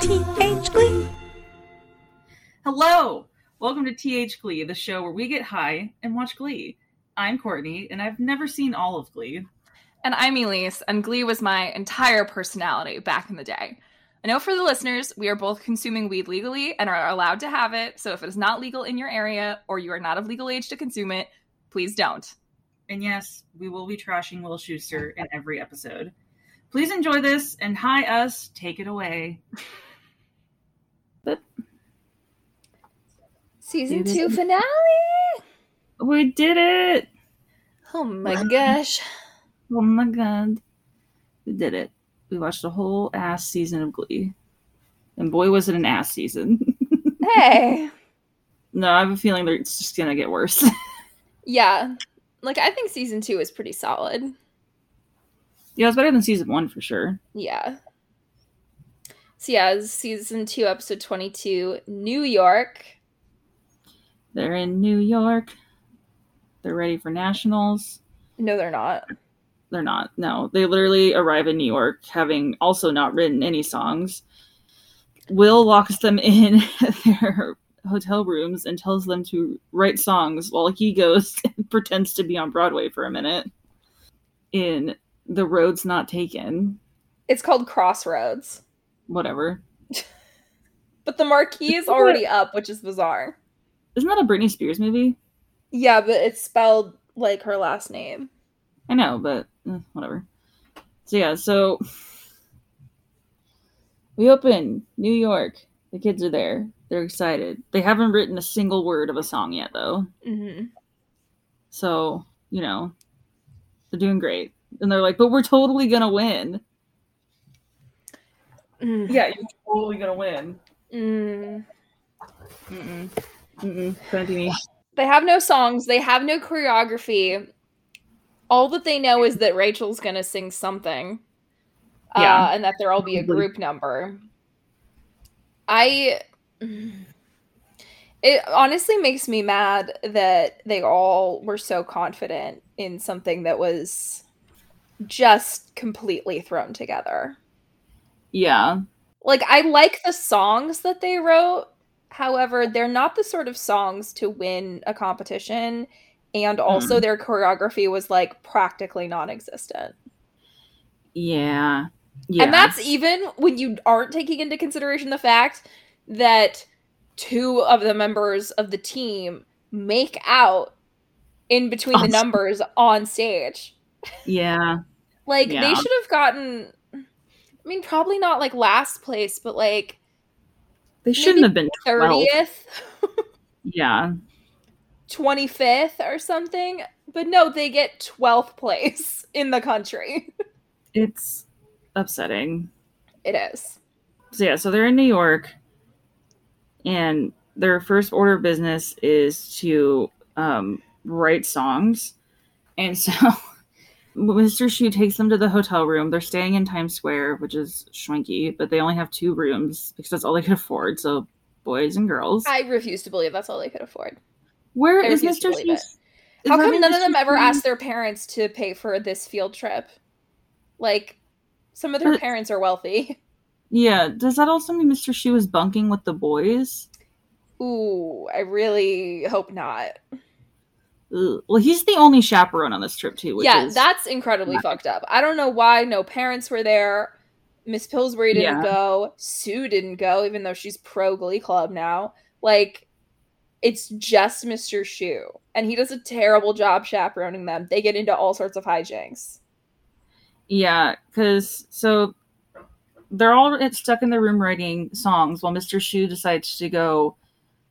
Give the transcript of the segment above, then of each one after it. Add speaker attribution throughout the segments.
Speaker 1: TH Glee.
Speaker 2: Hello! Welcome to TH Glee, the show where we get high and watch Glee. I'm Courtney, and I've never seen all of Glee.
Speaker 3: And I'm Elise, and Glee was my entire personality back in the day. I know for the listeners, we are both consuming weed legally and are allowed to have it, so if it is not legal in your area or you are not of legal age to consume it, please don't.
Speaker 2: And yes, we will be trashing Will Schuster in every episode. Please enjoy this and hi us, take it away.
Speaker 4: Season
Speaker 1: It is-
Speaker 4: two finale.
Speaker 2: We did it!
Speaker 4: Oh my gosh.
Speaker 2: Oh my god. We did it. We watched a whole ass season of Glee. And boy, was it an ass season.
Speaker 4: Hey.
Speaker 2: no, I have a feeling that it's just gonna get worse.
Speaker 4: Yeah. Like I think season two is pretty solid.
Speaker 2: yeah, it's better than season one for sure.
Speaker 4: Yeah. So yeah, it's season two, episode twenty-two, New York.
Speaker 2: They're in New York. They're ready for nationals.
Speaker 4: No, they're not.
Speaker 2: They're not. No, they literally arrive in New York having also not written any songs. Will locks them in their hotel rooms and tells them to write songs while he goes and pretends to be on Broadway for a minute in The Road's Not Taken.
Speaker 4: It's called Crossroads.
Speaker 2: Whatever.
Speaker 4: But the marquee is already up, which is bizarre.
Speaker 2: Isn't that a Britney Spears movie?
Speaker 4: Yeah, but it's spelled like her last name.
Speaker 2: I know, but eh, whatever. So yeah, so we open New York. The kids are there. They're excited. They haven't written a single word of a song yet, though.
Speaker 4: Mm-hmm.
Speaker 2: So you know, they're doing great. And they're like, "But we're totally gonna win." Yeah, you're totally gonna win.
Speaker 4: Mm.
Speaker 2: Mm-mm. Mm-mm. Continue.
Speaker 4: They have no songs. They have no choreography. All that they know is that Rachel's gonna sing something.
Speaker 2: Yeah.
Speaker 4: Uh, and that there'll be a
Speaker 2: Probably.
Speaker 4: group number. I. It honestly makes me mad that they all were so confident in something that was just completely thrown together.
Speaker 2: Yeah,
Speaker 4: Like, I like the songs that they wrote. However, they're not the sort of songs to win a competition. And
Speaker 2: Mm.
Speaker 4: also, their choreography was like practically non existent.
Speaker 2: yeah, yeah.
Speaker 4: And that's even when you aren't taking into consideration the fact that two of the members of the team make out in between the
Speaker 2: On-
Speaker 4: numbers on stage.
Speaker 2: yeah,
Speaker 4: Like
Speaker 2: Yeah.
Speaker 4: they should have gotten I mean probably not like last place, but like
Speaker 2: they shouldn't have been 12.
Speaker 4: 30th,
Speaker 2: Yeah,
Speaker 4: 25th or something. But no, they get 12th place in the country.
Speaker 2: it's upsetting.
Speaker 4: It is.
Speaker 2: so yeah, so they're in New York, and their first order of business is to um, write songs, and so Mr. Shu takes them to the hotel room. They're staying in Times Square, which is swanky, but they only have two rooms because that's all they could afford. So boys and girls,
Speaker 4: I refuse to believe that's all they could afford.
Speaker 2: where
Speaker 4: I
Speaker 2: is
Speaker 4: refuse to
Speaker 2: Mr.
Speaker 4: believe
Speaker 2: Shu?
Speaker 4: it. How come none of them ever asked their parents to pay for this field trip? Like, some of their
Speaker 2: Uh,
Speaker 4: parents are wealthy.
Speaker 2: Yeah, does that also mean Mr. Shu is bunking with the boys?
Speaker 4: Ooh, I really hope not.
Speaker 2: Ugh. Well, he's the only chaperone on this trip too. Which
Speaker 4: yeah,
Speaker 2: is,
Speaker 4: that's incredibly fucked up. I don't know why no parents were there. Miss Pillsbury didn't
Speaker 2: Yeah.
Speaker 4: go. Sue didn't go, even though she's pro Glee Club now. Like, it's just Mr. Shu, and he does a terrible job chaperoning them. They get into all sorts of hijinks.
Speaker 2: Yeah, because so they're all stuck in their room writing songs while Mr. Shu decides to go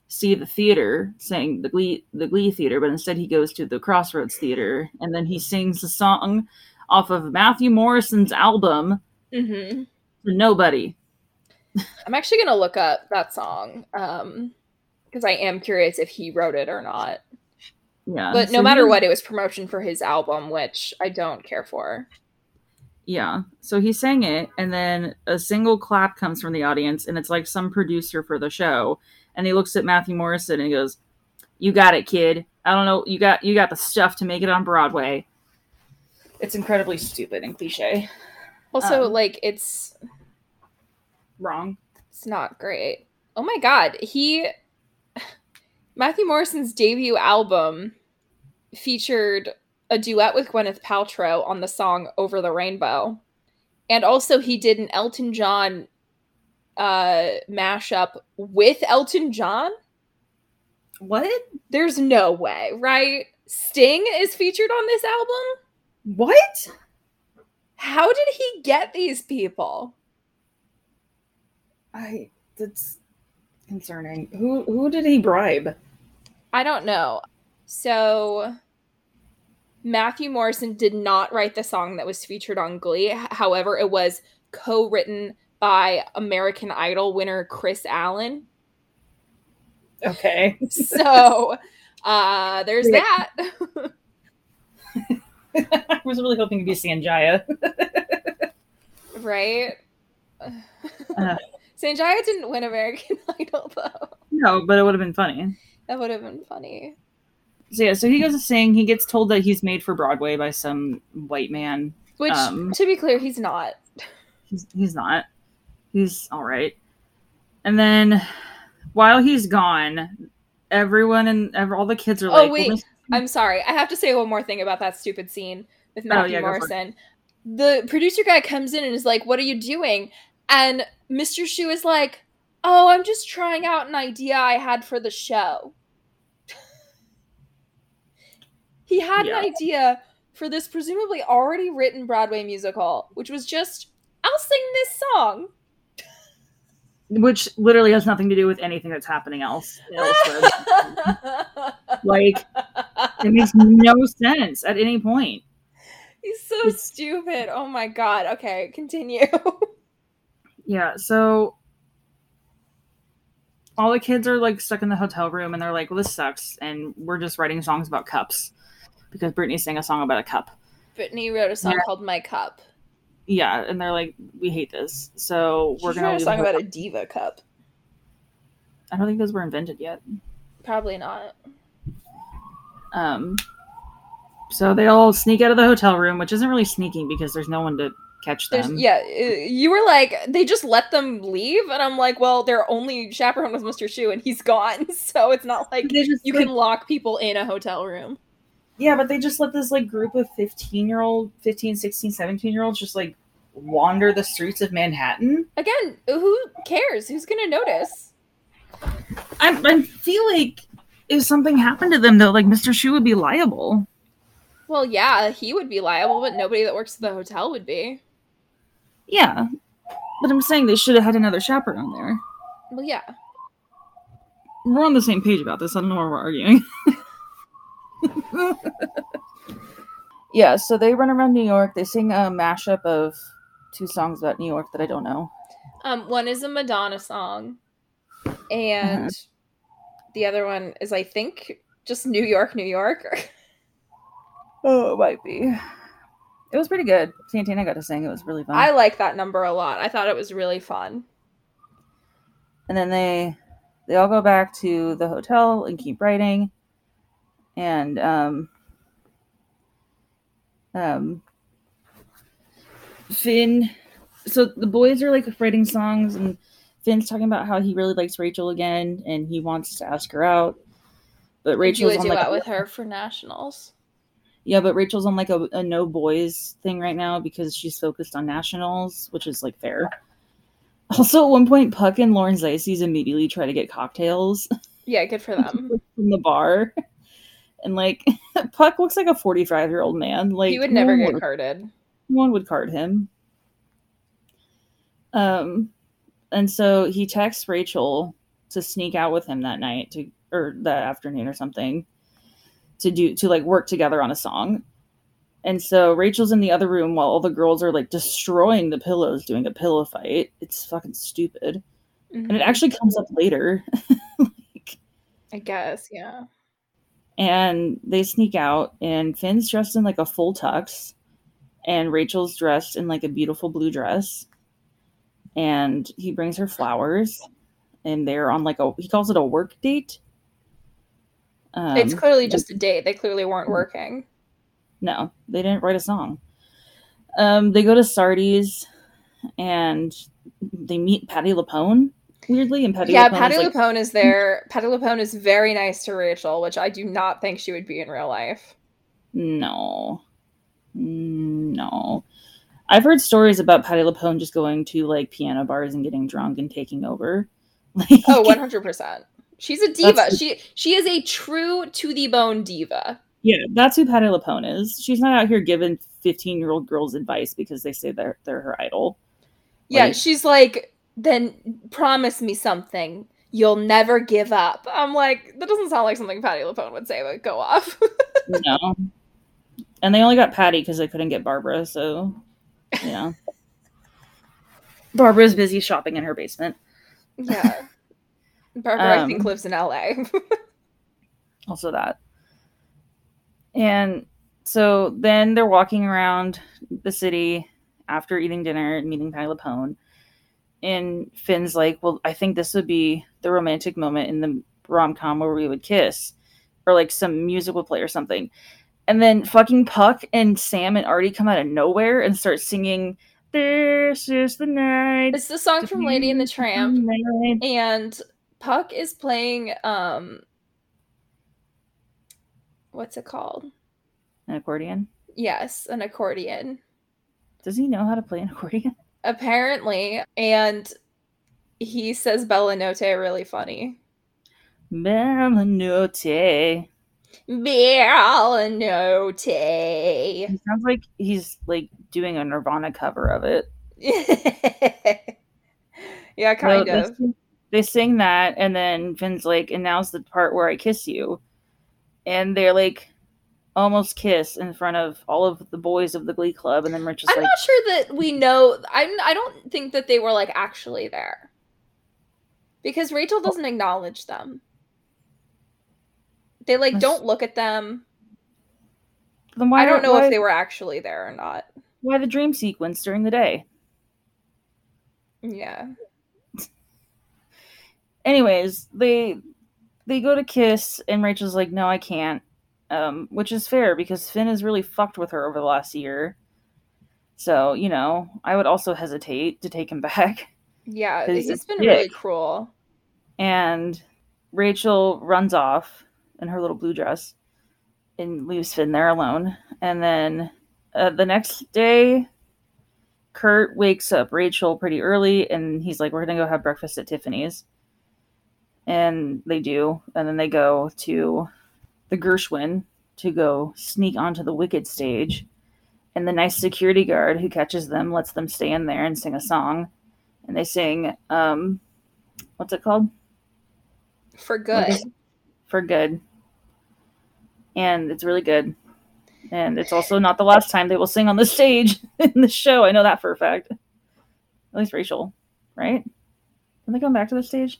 Speaker 2: see the theater, saying the Glee the Glee theater, but instead he goes to the Crossroads Theater and then he sings a song off of Matthew Morrison's album
Speaker 4: Mm-hmm.
Speaker 2: to nobody.
Speaker 4: I'm actually gonna look up that song um because I am curious if he wrote it or not.
Speaker 2: Yeah.
Speaker 4: But no
Speaker 2: so
Speaker 4: matter
Speaker 2: he-
Speaker 4: what, it was promotion for his album, which I don't care for.
Speaker 2: Yeah. So he sang it, and then a single clap comes from the audience, and it's like some producer for the show. And he looks at Matthew Morrison and he goes, "You got it, kid. I don't know. You got you got the stuff to make it on Broadway." It's incredibly stupid and cliche.
Speaker 4: Also,
Speaker 2: Um,
Speaker 4: like it's
Speaker 2: Wrong.
Speaker 4: it's not great. Oh my god, he Matthew Morrison's debut album featured a duet with Gwyneth Paltrow on the song Over the Rainbow. And also he did an Elton John uh mashup with Elton John.
Speaker 2: What?
Speaker 4: There's no way, right? Sting is featured on this album?
Speaker 2: What?
Speaker 4: How did he get these people?
Speaker 2: I. That's concerning. Who who did he bribe?
Speaker 4: I don't know. So Matthew Morrison did not write the song that was featured on Glee. H- However, it was co-written by American Idol winner Chris Allen.
Speaker 2: Okay.
Speaker 4: So uh there's
Speaker 2: Yeah.
Speaker 4: that.
Speaker 2: I was really hoping to be Sanjaya.
Speaker 4: right?
Speaker 2: Uh.
Speaker 4: Sanjaya didn't win American Idol though.
Speaker 2: No, but it would have been funny.
Speaker 4: That would have been funny.
Speaker 2: So yeah, so he goes to sing. He gets told that he's made for Broadway by some white man.
Speaker 4: Which
Speaker 2: Um.
Speaker 4: to be clear, he's not.
Speaker 2: He's he's not. He's all right. And then while he's gone, everyone and ev- all the kids are
Speaker 4: Oh,
Speaker 2: like,
Speaker 4: wait.
Speaker 2: "Well, this-
Speaker 4: I'm sorry. I have to say one more thing about that stupid scene with Matthew
Speaker 2: Oh, yeah, go for it.
Speaker 4: Morrison. The producer guy comes in and is like, "What are you doing?" And Mr. Shu is like, "Oh, I'm just trying out an idea I had for the show." he had
Speaker 2: Yeah.
Speaker 4: an idea for this presumably already written Broadway musical, which was just, "I'll sing this song."
Speaker 2: which literally has nothing to do with anything that's happening else. elsewhere. like it makes no sense at any point.
Speaker 4: He's so stupid. Oh my god. Okay, continue.
Speaker 2: Yeah, so all the kids are like stuck in the hotel room and they're like, well, this sucks. And we're just writing songs about cups because Britney sang a song about a cup.
Speaker 4: Brittany wrote a song
Speaker 2: Yeah.
Speaker 4: called "My Cup."
Speaker 2: Yeah, and they're like, we hate this. So we're
Speaker 4: She
Speaker 2: going
Speaker 4: wrote
Speaker 2: to.
Speaker 4: a song about a diva cup.
Speaker 2: I don't think those were invented yet.
Speaker 4: Probably not.
Speaker 2: Um, so they all sneak out of the hotel room, which isn't really sneaking because there's no one to catch
Speaker 4: There's
Speaker 2: them.
Speaker 4: yeah. uh, You were like they just let them leave, and I'm like, well, their only chaperone was Mr. Shu, and he's gone, so it's not like
Speaker 2: They just,
Speaker 4: you
Speaker 2: like-
Speaker 4: can lock people in a hotel room.
Speaker 2: yeah but they just let this like group of 15 year old 15 16 17 year olds just like wander the streets of manhattan
Speaker 4: Again, who cares? Who's gonna notice?
Speaker 2: I, I feel like if something happened to them though, like Mr. Shu would be liable.
Speaker 4: Well, yeah, he would be liable, but nobody that works at the hotel would be.
Speaker 2: Yeah. But I'm saying they should have had another chaperone there.
Speaker 4: Well, yeah.
Speaker 2: We're on the same page about this. I don't know why we're arguing. yeah, so they run around New York. They sing a mashup of two songs about New York that I don't know.
Speaker 4: Um, one is a Madonna song, and the other one is, I think, just New York, New York.
Speaker 2: Oh, it might be. It was pretty good. Santana got to sing. It was really fun.
Speaker 4: I like that number a lot. I thought it was really fun.
Speaker 2: and then they they all go back to the hotel and keep writing and um um finn so the boys are like writing songs and finn's talking about how he really likes rachel again and he wants to ask her out but
Speaker 4: Rachel
Speaker 2: rachel's
Speaker 4: do
Speaker 2: on
Speaker 4: a duet
Speaker 2: like a-
Speaker 4: with her for nationals.
Speaker 2: yeah but rachel's on like a, a no boys thing right now because she's focused on nationals which is like fair also at one point puck and lauren zaces immediately try to get cocktails
Speaker 4: Yeah, good for them.
Speaker 2: from the bar. And like Puck looks like a 45 year old man. Like
Speaker 4: he would
Speaker 2: no
Speaker 4: never
Speaker 2: one
Speaker 4: get
Speaker 2: would-
Speaker 4: carded.
Speaker 2: no one would card him. Um and so he texts Rachel to sneak out with him that night to or that afternoon or something to do to like work together on a song. And so Rachel's in the other room while all the girls are like destroying the pillows doing a pillow fight. It's fucking stupid. And
Speaker 4: Mhm.
Speaker 2: it actually comes up later.
Speaker 4: I guess, yeah.
Speaker 2: and they sneak out and finn's dressed in like a full tux and rachel's dressed in like a beautiful blue dress and he brings her flowers and they're on like a he calls it a work date um, Mm-hmm.
Speaker 4: it's clearly just a date. They clearly weren't working.
Speaker 2: no they didn't write a song um, they go to sardi's and they meet patty lapone weirdly and patty
Speaker 4: yeah,
Speaker 2: lapone
Speaker 4: Patty
Speaker 2: is, like,
Speaker 4: Lapone is there. Patty Lapone is very nice to Rachel, which I do not think she would be in real life.
Speaker 2: No. No. I've heard stories about Patty LaPone just going to like piano bars and getting drunk and taking over. Like,
Speaker 4: Oh, 100 percent. She's a diva.
Speaker 2: That's-
Speaker 4: She she is a true to the bone diva.
Speaker 2: yeah, that's who Patty LaPone is. She's not out here giving 15 year old girls advice because they say they're, they're her idol.
Speaker 4: Yeah,
Speaker 2: Like-
Speaker 4: she's like, then promise me something. You'll never give up. I'm like, that doesn't sound like something Patty Lapone would say, but go off.
Speaker 2: You know? and they only got Patty because they couldn't get Barbara. So, yeah. Barbara's busy shopping in her basement.
Speaker 4: yeah. Barbara, I think,
Speaker 2: Um,
Speaker 4: lives in LA.
Speaker 2: also that. And so then they're walking around the city after eating dinner and meeting Patty Lapone. And Finn's like, Well, I think this would be the romantic moment in the rom com where we would kiss, or like some music would play or something. And then fucking Puck and Sam and Artie come out of nowhere and start singing, This is the night.
Speaker 4: it's the song from Lady and the Tramp.
Speaker 2: Night."
Speaker 4: and Puck is playing um what's it called?
Speaker 2: An accordion.
Speaker 4: Yes, an accordion.
Speaker 2: Does he know how to play an accordion?
Speaker 4: Apparently, and he says Bella Notte really funny.
Speaker 2: Melanote.
Speaker 4: Bella Notte.
Speaker 2: He sounds like he's like doing a Nirvana cover of it.
Speaker 4: yeah,
Speaker 2: So
Speaker 4: kind
Speaker 2: they
Speaker 4: of.
Speaker 2: sing- They sing that, and then Finn's like, and now's the part where I kiss you. And they're like, almost kiss in front of all of the boys of the Glee Club, and then Rich is
Speaker 4: I'm
Speaker 2: like,
Speaker 4: not sure that we know. I'm. I don't think that they were like actually there, because Rachel doesn't acknowledge them. They like
Speaker 2: That's-
Speaker 4: don't look at them.
Speaker 2: then why
Speaker 4: I don't know
Speaker 2: why,
Speaker 4: if they were actually there or not.
Speaker 2: why the dream sequence during the day.
Speaker 4: Yeah,
Speaker 2: Anyways, they they go to kiss, and Rachel's like, no, I can't. Um, which is fair because Finn has really fucked with her over the last year. So you know, I would also hesitate to take him back.
Speaker 4: yeah.
Speaker 2: 'Cause
Speaker 4: He's
Speaker 2: it's
Speaker 4: been really
Speaker 2: dick.
Speaker 4: cruel.
Speaker 2: and Rachel runs off in her little blue dress and leaves Finn there alone. And then uh, the next day, Kurt wakes up Rachel pretty early and he's like, We're going to go have breakfast at Tiffany's. And they do. And then they go to the Gershwin to go sneak onto the Wicked stage. And the nice security guard who catches them lets them stay in there and sing a song. And they sing, um, what's it called?
Speaker 4: For good.
Speaker 2: Okay. for good. And it's really good. And it's also not the last time they will sing on the stage in the show. I know that for a fact. At least Rachel, right? Can they come back to the stage?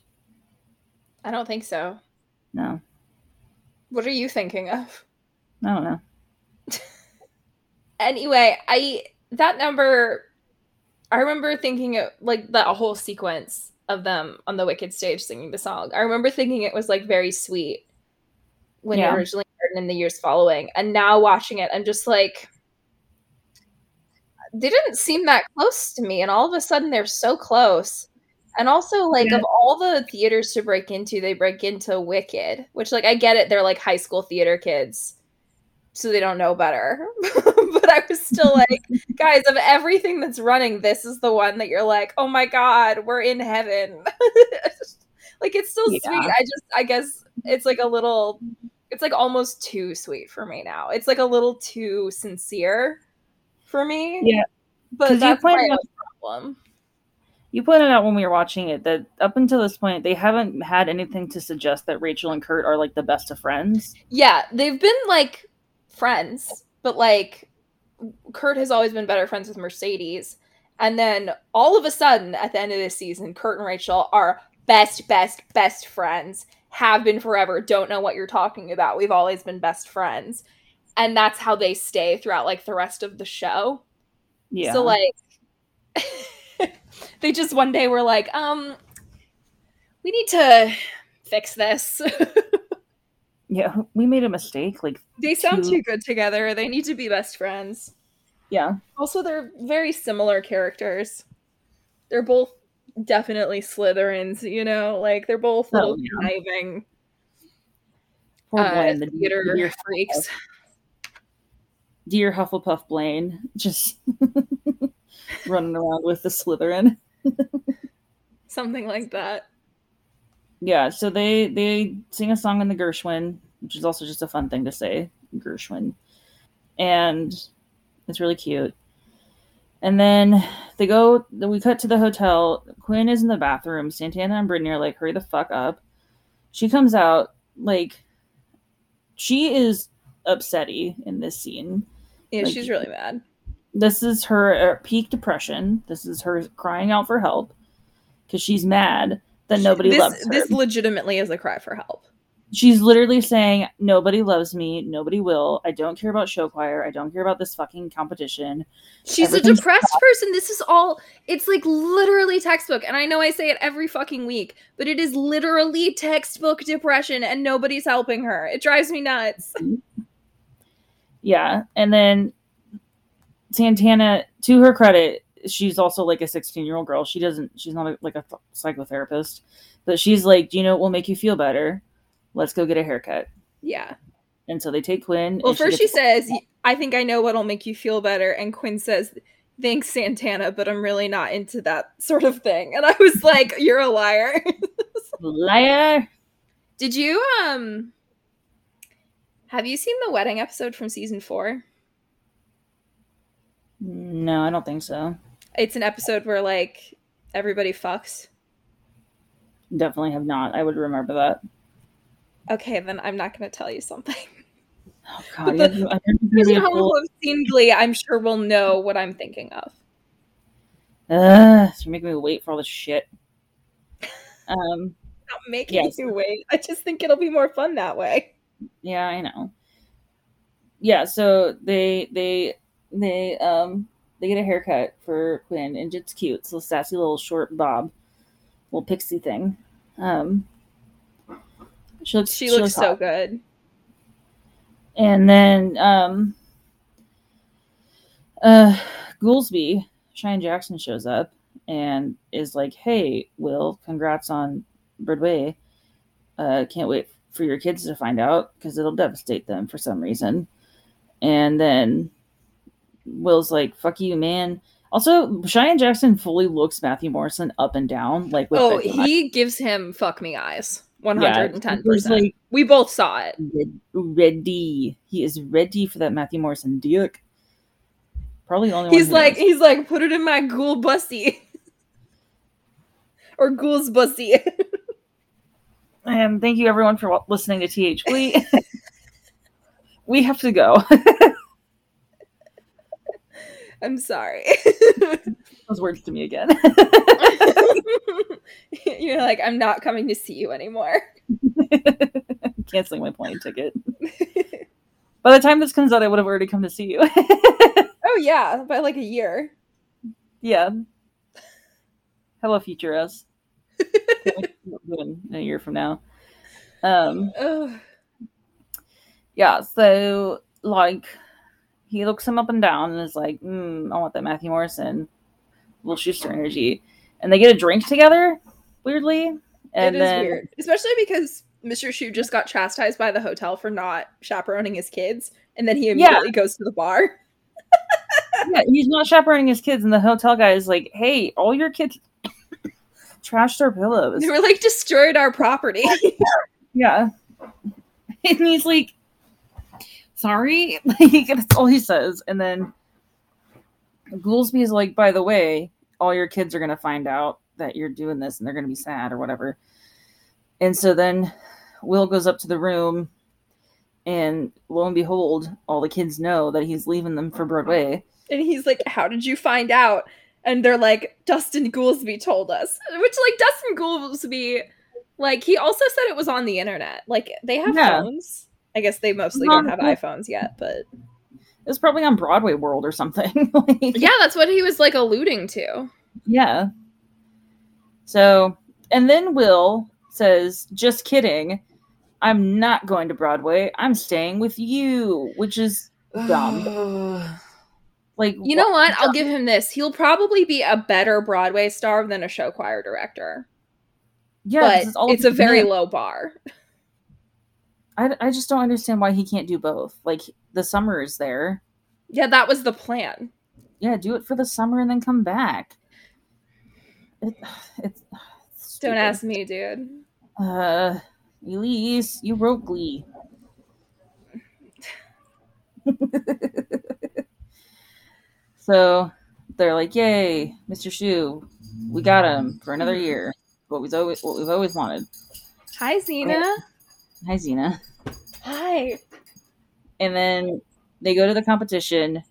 Speaker 4: I don't think so.
Speaker 2: No.
Speaker 4: What are you thinking of?
Speaker 2: I don't know.
Speaker 4: Anyway, I that number. I remember thinking it like that whole sequence of them on the Wicked stage singing the song. I remember thinking it was like very sweet when
Speaker 2: Yeah.
Speaker 4: it originally aired and in the years following. And now watching it, I'm just like, they didn't seem that close to me. And all of a sudden, they're so close. And also, like,
Speaker 2: Yeah.
Speaker 4: of all the theaters to break into, they break into Wicked, which, like, I get it. They're like high school theater kids, so they don't know better. but I was still like, guys, of everything that's running, this is the one that you're like, oh my God, we're in heaven. like, it's still
Speaker 2: Yeah.
Speaker 4: sweet. I just, I guess it's like a little, it's like almost too sweet for me now. It's like a little too sincere for me.
Speaker 2: Yeah.
Speaker 4: But
Speaker 2: 'Cause you
Speaker 4: that's my
Speaker 2: pointed
Speaker 4: own
Speaker 2: out-
Speaker 4: problem.
Speaker 2: You pointed out when we were watching it that up until this point, they haven't had anything to suggest that Rachel and Kurt are like the best of friends.
Speaker 4: Yeah, they've been like friends, but like Kurt has always been better friends with Mercedes. And then all of a sudden, at the end of this season, Kurt and Rachel are best, best, best friends, have been forever, don't know what you're talking about. We've always been best friends. And that's how they stay throughout like the rest of the show.
Speaker 2: Yeah.
Speaker 4: So like they just one day were like, um, we need to fix this.
Speaker 2: yeah, we made a mistake. Like,
Speaker 4: they sound
Speaker 2: Two-
Speaker 4: too good together. They need to be best friends.
Speaker 2: yeah,
Speaker 4: Also, they're very similar characters. They're both definitely Slytherins, you know, like they're both
Speaker 2: Oh,
Speaker 4: little
Speaker 2: yeah.
Speaker 4: conniving
Speaker 2: poor
Speaker 4: uh,
Speaker 2: Blaine, the
Speaker 4: theater
Speaker 2: dear,
Speaker 4: freaks.
Speaker 2: dear Hufflepuff Blaine, just running around with the Slytherin.
Speaker 4: Something like that.
Speaker 2: Yeah, so they they sing a song in the Gershwin, which is also just a fun thing to say, Gershwin, and it's really cute. And then they go. Then we cut to the hotel. Quinn is in the bathroom. Santana and Brittany are like, "Hurry the fuck up!" She comes out like she is upsetty in this scene.
Speaker 4: Yeah,
Speaker 2: Like-
Speaker 4: she's really mad.
Speaker 2: This is her uh, peak depression. This is her crying out for help because she's mad that nobody
Speaker 4: this,
Speaker 2: loves her.
Speaker 4: This legitimately is a cry for help.
Speaker 2: She's literally saying, Nobody loves me. Nobody will. I don't care about show choir. I don't care about this fucking competition.
Speaker 4: She's a
Speaker 2: Everything's
Speaker 4: depressed person. This is all, it's like literally textbook. And I know I say it every fucking week, but it is literally textbook depression and nobody's helping her. It drives me nuts.
Speaker 2: Yeah. And then Santana, to her credit, she's also like a 16 year old girl. She doesn't, she's not a, like a th- psychotherapist, but she's like, Do you know what will make you feel better? Let's go get a haircut.
Speaker 4: Yeah.
Speaker 2: And so they take Quinn.
Speaker 4: Well,
Speaker 2: and
Speaker 4: first she
Speaker 2: gets-
Speaker 4: says, I think I know what'll make you feel better. And Quinn says, Thanks, Santana, but I'm really not into that sort of thing. And I was like, You're a liar.
Speaker 2: Liar.
Speaker 4: Did you, um, have you seen the wedding episode from season four?
Speaker 2: No, I don't think so.
Speaker 4: It's an episode where, like, everybody fucks.
Speaker 2: Definitely have not. I would remember that.
Speaker 4: Okay, then I'm not going to tell you something.
Speaker 2: Oh,
Speaker 4: But
Speaker 2: God.
Speaker 4: the-
Speaker 2: you're- you're gonna
Speaker 4: There's
Speaker 2: be a
Speaker 4: someone
Speaker 2: fool.
Speaker 4: who have seen Glee, I'm sure will know what I'm thinking of.
Speaker 2: Ugh, you're making me wait for all this shit. Um,
Speaker 4: Not making
Speaker 2: Yes.
Speaker 4: you wait. I just think it'll be more fun that way.
Speaker 2: yeah, I know. Yeah, so they they they um they get a haircut for Quinn, and it's cute. It's a sassy little short bob, little pixie thing. Um, she looks
Speaker 4: She looks so
Speaker 2: hot.
Speaker 4: good.
Speaker 2: And then um, uh, Goolsby, Shine Jackson shows up and is like, "Hey, Will, congrats on Broadway. Uh, can't wait for your kids to find out because it'll devastate them for some reason." And then Will's like, "Fuck you, man." Also, Cheyenne Jackson fully looks Matthew Morrison up and down, like with
Speaker 4: Oh,
Speaker 2: the-
Speaker 4: he gives him fuck me eyes. One
Speaker 2: Yeah,
Speaker 4: hundred and ten
Speaker 2: he's
Speaker 4: percent.
Speaker 2: like
Speaker 4: We both saw it.
Speaker 2: red- ready. He is ready for that Matthew Morrison dick. Probably the only one
Speaker 4: He's
Speaker 2: who
Speaker 4: like,
Speaker 2: knows.
Speaker 4: he's like, put it in my ghoul bussy, or ghoul's bussy.
Speaker 2: and thank you everyone for wa- listening to TH. We we have to go.
Speaker 4: I'm sorry.
Speaker 2: Those words to me again.
Speaker 4: You're like, I'm not coming to see you anymore.
Speaker 2: Canceling my plane ticket. By the time this comes out, I would have already come to see you.
Speaker 4: Oh yeah, by like a year.
Speaker 2: yeah. Hello, future us. in a year from now. Um.
Speaker 4: Ugh.
Speaker 2: yeah so like he looks him up and down and is like mm, i want that matthew morrison little schuster energy and they get a drink together weirdly and
Speaker 4: it is
Speaker 2: then
Speaker 4: weird, especially because Mr. Shu just got chastised by the hotel for not chaperoning his kids, and then he immediately goes to the bar.
Speaker 2: yeah, he's not chaperoning his kids and the hotel guy is like hey all your kids trashed their pillows
Speaker 4: They were like destroyed our property.
Speaker 2: yeah and he's like sorry like that's all he says and then Goolsby is like, by the way, all your kids are gonna find out that you're doing this and they're gonna be sad or whatever. And so then Will goes up to the room and lo and behold, all the kids know that he's leaving them for Broadway.
Speaker 4: And he's like, How did you find out? And they're like, Dustin Goolsby told us. Which, like, Dustin Goolsby Like he also said it was on the internet. Like they have
Speaker 2: Yeah.
Speaker 4: phones. I guess they mostly
Speaker 2: Not-
Speaker 4: don't have iPhones yet, but
Speaker 2: It was probably on Broadway World or something. Like,
Speaker 4: yeah, that's what he was like alluding to.
Speaker 2: Yeah. So, and then Will says, "Just kidding. I'm not going to Broadway. I'm staying with you," which is Dumb. like
Speaker 4: You know what? I'll give him this. He'll probably be a better Broadway star than a show choir director.
Speaker 2: yeah, 'cause
Speaker 4: but it's,
Speaker 2: all
Speaker 4: a very
Speaker 2: men.
Speaker 4: low bar.
Speaker 2: I I just don't understand why he can't do both. Like the summer is there.
Speaker 4: Yeah, that was the plan.
Speaker 2: Yeah, do it for the summer and then come back. It, it's it's
Speaker 4: Don't
Speaker 2: stupid.
Speaker 4: ask me, dude.
Speaker 2: Uh, Elise, you wrote Glee. so they're like, "Yay, Mr. Shu, we got him for another year." What we've always, what we've always wanted.
Speaker 4: Hi, Zena.
Speaker 2: Hi, Xena.
Speaker 4: Hi.
Speaker 2: And then they go to the competition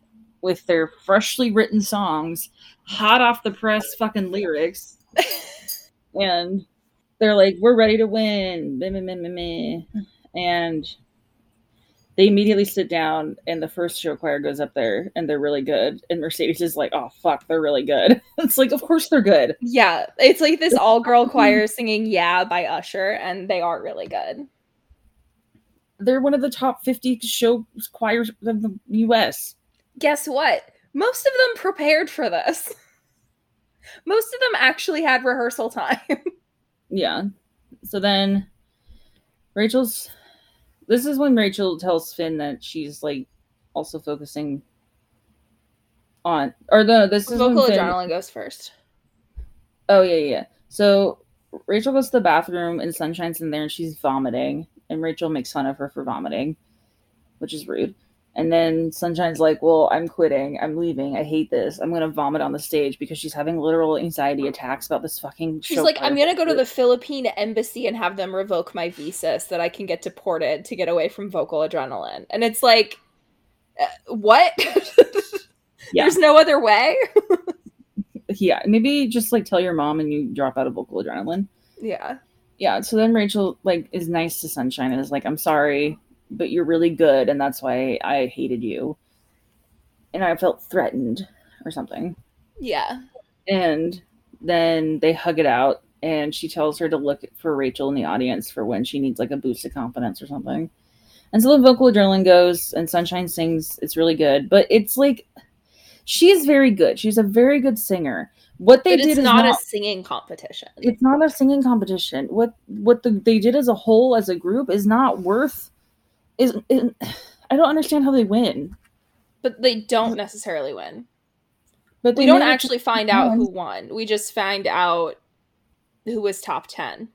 Speaker 2: with their freshly written songs, hot off the press, fucking lyrics, and they're like, "We're ready to win!" Meh, meh, meh, meh, meh. And they immediately sit down, and the first show choir goes up there, and they're really good. And Mercedes is like, "Oh fuck, they're really good." it's like, of course they're good.
Speaker 4: Yeah, it's like this all girl choir singing Yeah by Usher, and they are really good.
Speaker 2: They're one of the top fifty show choirs of the U.S.
Speaker 4: Guess what? Most of them prepared for this. Most of them actually had rehearsal time.
Speaker 2: yeah. So then Rachel's this is when Rachel tells Finn that she's like also focusing on or no, this is when
Speaker 4: Vocal
Speaker 2: Finn-
Speaker 4: adrenaline goes first.
Speaker 2: Oh yeah, yeah. So Rachel goes to the bathroom and Sunshine's in there and she's vomiting and Rachel makes fun of her for vomiting, which is rude. And then Sunshine's like, "Well, I'm quitting. I'm leaving. I hate this. I'm gonna vomit on the stage because she's having literal anxiety attacks about this fucking."
Speaker 4: She's
Speaker 2: show
Speaker 4: like,
Speaker 2: choir
Speaker 4: I'm gonna go to
Speaker 2: bullshit."
Speaker 4: the Philippine embassy and have them revoke my visa so that I can get deported to get away from vocal adrenaline. And it's like, uh, what?
Speaker 2: Yeah.
Speaker 4: There's no other way.
Speaker 2: yeah, maybe just like tell your mom and you drop out of vocal adrenaline.
Speaker 4: Yeah.
Speaker 2: Yeah. So then Rachel like is nice to Sunshine and is like, I'm sorry, but you're really good, and that's why I hated you. And I felt threatened or something.
Speaker 4: Yeah.
Speaker 2: And then they hug it out and she tells her to look for Rachel in the audience for when she needs like a boost of confidence or something. And so the vocal adrenaline goes and Sunshine sings. It's really good, but it's like she is very good. She's a very good singer. What they
Speaker 4: but
Speaker 2: did
Speaker 4: it's
Speaker 2: is
Speaker 4: not,
Speaker 2: not
Speaker 4: a singing competition.
Speaker 2: it's not a singing competition. What what the, they did as a whole as a group is not worth is, is I don't understand how they win.
Speaker 4: but they don't necessarily win.
Speaker 2: But
Speaker 4: We
Speaker 2: they
Speaker 4: don't
Speaker 2: made it-
Speaker 4: actually find out who won. We just find out who was top 10.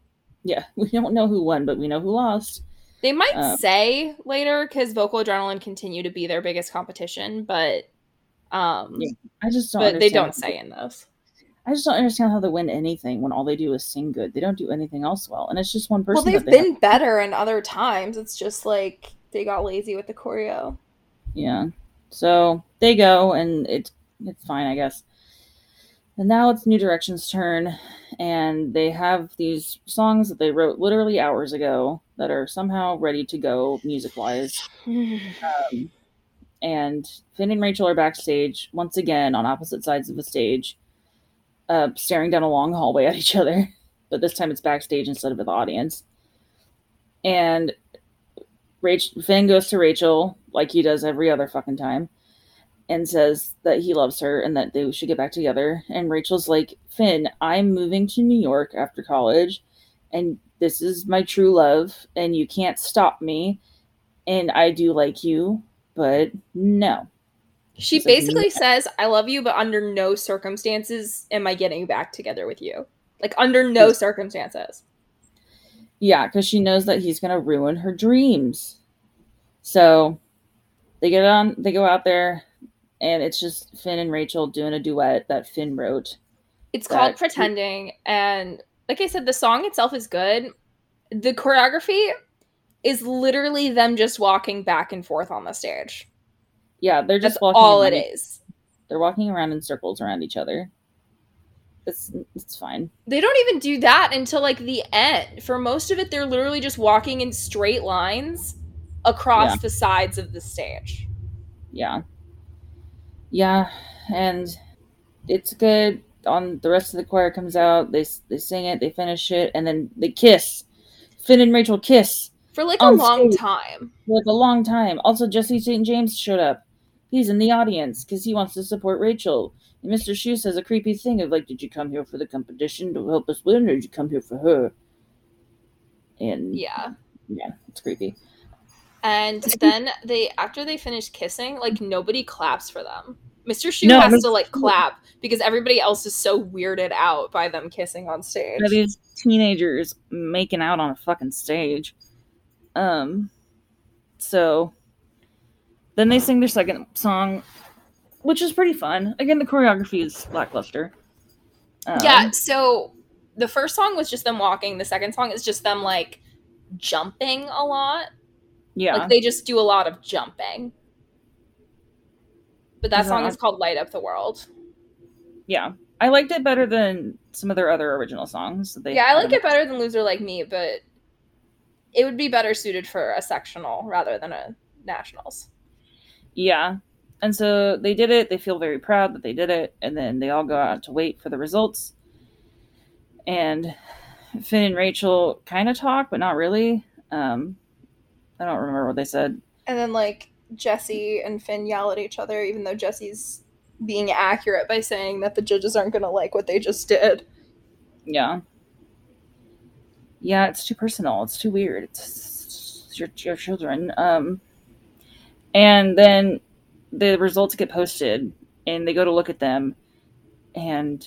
Speaker 2: Yeah, we don't know who won, but we know who lost.
Speaker 4: They might
Speaker 2: Uh,
Speaker 4: say later because vocal adrenaline continue to be their biggest competition, but um
Speaker 2: Yeah, I just don't.
Speaker 4: but they don't
Speaker 2: understand.
Speaker 4: say in those.
Speaker 2: I just don't understand how they win anything when all they do is sing good. They don't do anything else well, and it's just one person.
Speaker 4: Well, they've
Speaker 2: that they have-
Speaker 4: been better in other times. It's just like they got lazy with the choreo.
Speaker 2: Yeah. So they go and it it's fine, I guess. And now it's New Direction's turn, and they have these songs that they wrote literally hours ago that are somehow ready to go music wise. Um, and Finn and Rachel are backstage once again on opposite sides of the stage, uh, staring down a long hallway at each other. But this time it's backstage instead of at the audience. And Rach- Finn goes to Rachel like he does every other fucking time and says that he loves her and that they should get back together. And Rachel's like, Finn, I'm moving to New York after college and this is my true love and you can't stop me. And I do like you, but no.
Speaker 4: She
Speaker 2: It's like,
Speaker 4: basically says, "I love you, but under no circumstances am I getting back together with you. Like under no
Speaker 2: Yeah.
Speaker 4: circumstances."
Speaker 2: Yeah, because she knows that he's gonna ruin her dreams. So they get on, they go out there, and it's just Finn and Rachel doing a duet that Finn wrote.
Speaker 4: It's
Speaker 2: That-
Speaker 4: called pretending, and like I said, the song itself is good. The choreography is literally them just walking back and forth on the stage.
Speaker 2: Yeah, they're
Speaker 4: That's
Speaker 2: just walking
Speaker 4: all
Speaker 2: around,
Speaker 4: it is.
Speaker 2: They're walking around in circles around each other. It's it's fine.
Speaker 4: They don't even do that until like the end. For most of it, they're literally just walking in straight lines across
Speaker 2: Yeah.
Speaker 4: the sides of the stage.
Speaker 2: Yeah. Yeah, and it's good. On the rest of the choir comes out. They s- they sing it. They finish it, and then they kiss. Finn and Rachel kiss
Speaker 4: For like
Speaker 2: On
Speaker 4: a long
Speaker 2: stage.
Speaker 4: time.
Speaker 2: for like a long time. Also, Jesse St. James showed up. He's in the audience because he wants to support Rachel. And Mr. Shu says a creepy thing of like, "Did you come here for the competition to help us win, or did you come here for her?" And
Speaker 4: Yeah.
Speaker 2: yeah, it's creepy.
Speaker 4: And then they after they finish kissing, like nobody claps for them. Mr. Shu
Speaker 2: No,
Speaker 4: has
Speaker 2: Mr.
Speaker 4: to like
Speaker 2: Shu-
Speaker 4: clap because everybody else is so weirded out by them kissing on stage.
Speaker 2: Are these teenagers making out on a fucking stage. Um, so then they sing their second song, which is pretty fun. Again, the choreography is lackluster. Um,
Speaker 4: yeah, so the first song was just them walking, the second song is just them like jumping a lot.
Speaker 2: yeah,
Speaker 4: Like they just do a lot of jumping. But that
Speaker 2: Yeah.
Speaker 4: song is called Light Up the World.
Speaker 2: yeah. I liked it better than some of their other original songs. that They
Speaker 4: yeah, I
Speaker 2: had
Speaker 4: like
Speaker 2: in-
Speaker 4: it better than Loser Like Me, but it would be better suited for a sectional rather than a nationals.
Speaker 2: Yeah. And so they did it. They feel very proud that they did it. And then they all go out to wait for the results. And Finn and Rachel kind of talk, but not really. Um, I don't remember what they said.
Speaker 4: And then like Jesse and Finn yell at each other, even though Jesse's being accurate by saying that the judges aren't gonna like what they just did.
Speaker 2: Yeah. Yeah, it's too personal. It's too weird. It's, it's your, your children. Um, and then the results get posted, and they go to look at them, and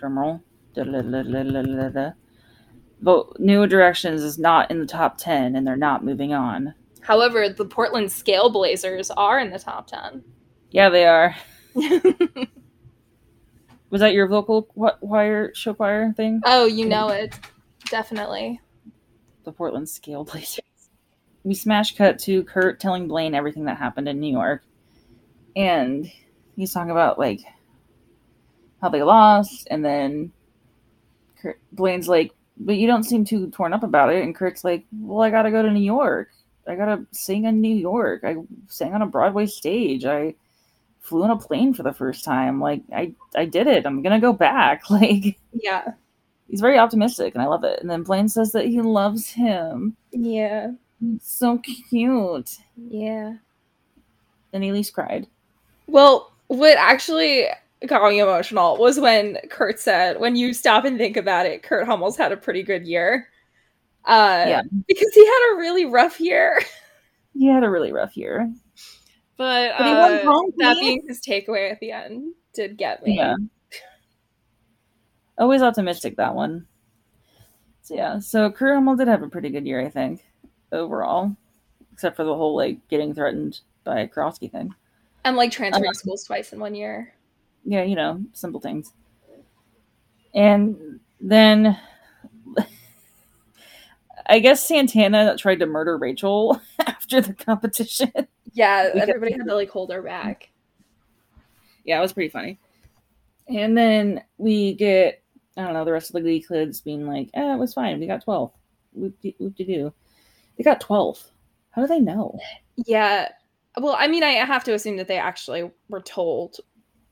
Speaker 2: drumroll. da-da-da-da-da-da-da-da. Vote New Directions is not in the top ten, and they're not moving on.
Speaker 4: However, the Portland Scale Blazers are in the top ten.
Speaker 2: Yeah, they are. Was that your vocal qu- choir show choir thing?
Speaker 4: oh, you know it. Definitely.
Speaker 2: the Portland scale blazers. We smash cut to Kurt telling Blaine everything that happened in New York. And he's talking about like how they lost and then Kurt, Blaine's like, "But you don't seem too torn up about it." And Kurt's like, "Well, I got to go to New York. I got to sing in New York. I sang on a Broadway stage. I flew on a plane for the first time. Like I I did it. I'm going to go back." Like
Speaker 4: Yeah.
Speaker 2: he's very optimistic and I love it. And then Blaine says that he loves him.
Speaker 4: Yeah.
Speaker 2: So cute.
Speaker 4: Yeah.
Speaker 2: And Elise cried.
Speaker 4: Well, what actually got me emotional was when Kurt said, when you stop and think about it, Kurt Hummel's had a pretty good year. Uh,
Speaker 2: Yeah.
Speaker 4: Because he had a really rough year.
Speaker 2: He had a really rough year.
Speaker 4: But,
Speaker 2: But he won
Speaker 4: uh,
Speaker 2: bronze,
Speaker 4: that
Speaker 2: man.
Speaker 4: being his takeaway at the end did get me.
Speaker 2: Yeah. Always optimistic, that one. So, yeah. So, Kurumel did have a pretty good year, I think, overall. Except for the whole, like, getting threatened by Karofsky thing.
Speaker 4: And like transferring
Speaker 2: Uh-huh.
Speaker 4: schools twice in one year.
Speaker 2: Yeah, you know, simple things. And then... I guess Santana tried to murder Rachel after the competition.
Speaker 4: Yeah,
Speaker 2: We got-
Speaker 4: everybody had to like hold her back.
Speaker 2: yeah, it was pretty funny. And then we get, I don't know, the rest of the Glee kids being like, eh, it was fine. We got 12. Whoop de doo. They got 12. How do they know?
Speaker 4: Yeah. Well, I mean, I have to assume that they actually were told,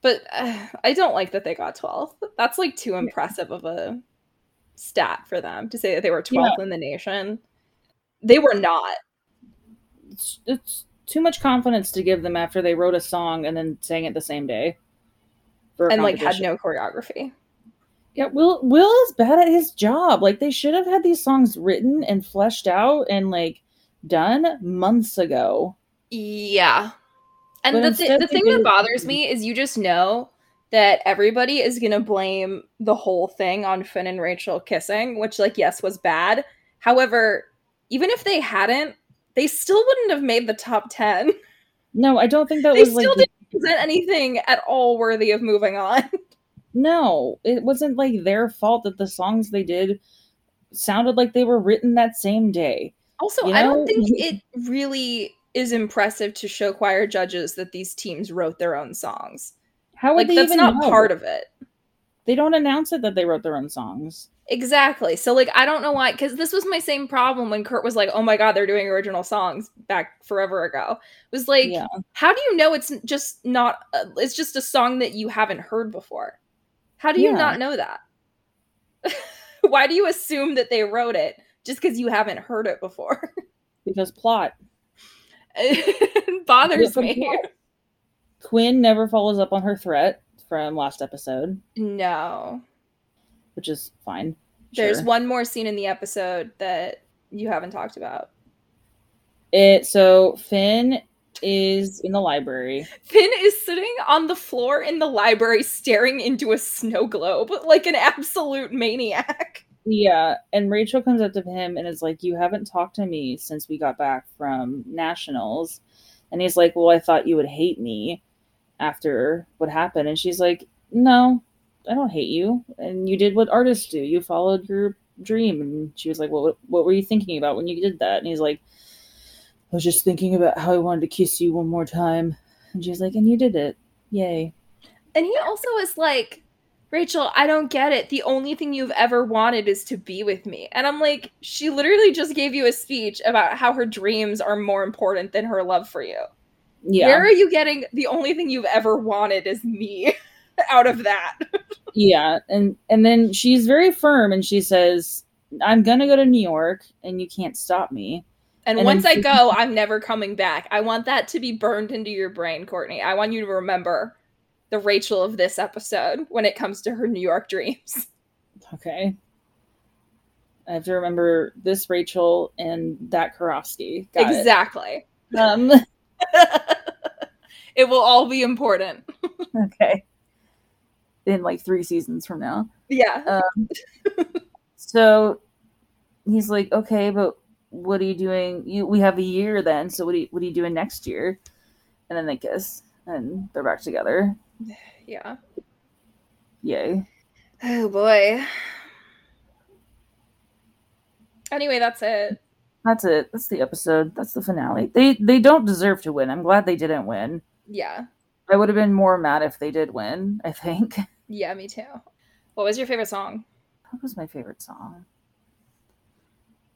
Speaker 4: but uh, I don't like that they got 12th. That's like too impressive of a stat for them to say that they were 12th in the nation. They were not.
Speaker 2: It's, it's too much confidence to give them after they wrote a song and then sang it the same day. for a
Speaker 4: and like had
Speaker 2: competition.
Speaker 4: no choreography.
Speaker 2: Yeah, Will Will is bad at his job. Like they should have had these songs written and fleshed out and like done months ago.
Speaker 4: Yeah. And
Speaker 2: But
Speaker 4: the, thi-
Speaker 2: instead
Speaker 4: the
Speaker 2: they
Speaker 4: thing that
Speaker 2: did-
Speaker 4: bothers me is you just know that everybody is going to blame the whole thing on Finn and Rachel kissing, which, like, yes, was bad. However, even if they hadn't, they still wouldn't have made the top 10.
Speaker 2: No, I don't think that
Speaker 4: They
Speaker 2: was
Speaker 4: still
Speaker 2: like
Speaker 4: didn't present anything at all worthy of moving on.
Speaker 2: No, it wasn't like their fault that the songs they did sounded like they were written that same day.
Speaker 4: Also,
Speaker 2: You
Speaker 4: I don't
Speaker 2: know,
Speaker 4: think
Speaker 2: you-
Speaker 4: it really is impressive to show choir judges that these teams wrote their own songs.
Speaker 2: How would
Speaker 4: Like
Speaker 2: they
Speaker 4: that's
Speaker 2: even
Speaker 4: not
Speaker 2: know?
Speaker 4: part of it.
Speaker 2: They don't announce it that they wrote their own songs.
Speaker 4: Exactly. So like I don't know why cuz this was my same problem when Kurt was like, "Oh my god, they're doing original songs back forever ago." Was like,
Speaker 2: Yeah.
Speaker 4: "How do you know it's n- just not uh, it's just a song that you haven't heard before?" How do you
Speaker 2: Yeah.
Speaker 4: not know that? why do you assume that they wrote it just cuz you haven't heard it before?
Speaker 2: Because plot.
Speaker 4: it bothers
Speaker 2: Yeah,
Speaker 4: me.
Speaker 2: plot. Quinn never follows up on her threat from last episode,
Speaker 4: No.
Speaker 2: which is fine.
Speaker 4: There's
Speaker 2: Sure.
Speaker 4: one more scene in the episode that you haven't talked about.
Speaker 2: It so Finn is in the library.
Speaker 4: Finn is sitting on the floor in the library staring into a snow globe like an absolute maniac.
Speaker 2: Yeah, and Rachel comes up to him and is like, "You haven't talked to me since we got back from nationals," and he's like, "Well, I thought you would hate me after what happened," and she's like, "No, I don't hate you, and you did what artists do. You followed your dream." And she was like, "What? What were you thinking about when you did that?" And he's like, "I was just thinking about how I wanted to kiss you one more time," and she's like, "And you did it, yay!"
Speaker 4: And he also is like, Rachel, I don't get it. The only thing you've ever wanted is to be with me. And I'm like, she literally just gave you a speech about how her dreams are more important than her love for you.
Speaker 2: Yeah,
Speaker 4: Where are you getting the only thing you've ever wanted is me out of that?
Speaker 2: yeah and and then she's very firm and she says i'm gonna go to new york and you can't stop me
Speaker 4: And,
Speaker 2: And
Speaker 4: once
Speaker 2: then-
Speaker 4: I go, I'm never coming back. I want that to be burned into your brain, Courtney. I want you to remember the Rachel of this episode when it comes to her New York dreams.
Speaker 2: okay i have to remember this rachel and that karofsky Got it.
Speaker 4: exactly.
Speaker 2: um
Speaker 4: it will all be important.
Speaker 2: okay in like three seasons from now
Speaker 4: Yeah.
Speaker 2: so he's like okay but what are you doing you we have a year then so what are you, what are you doing next year and then they kiss and they're back together
Speaker 4: Yeah.
Speaker 2: yay
Speaker 4: Oh boy. Anyway, that's it.
Speaker 2: That's it. That's the episode. That's the finale. They they don't deserve to win. I'm glad they didn't win.
Speaker 4: Yeah.
Speaker 2: I would have been more mad if they did win, I think. What
Speaker 4: Yeah, me too. What was your favorite song?
Speaker 2: was my favorite song?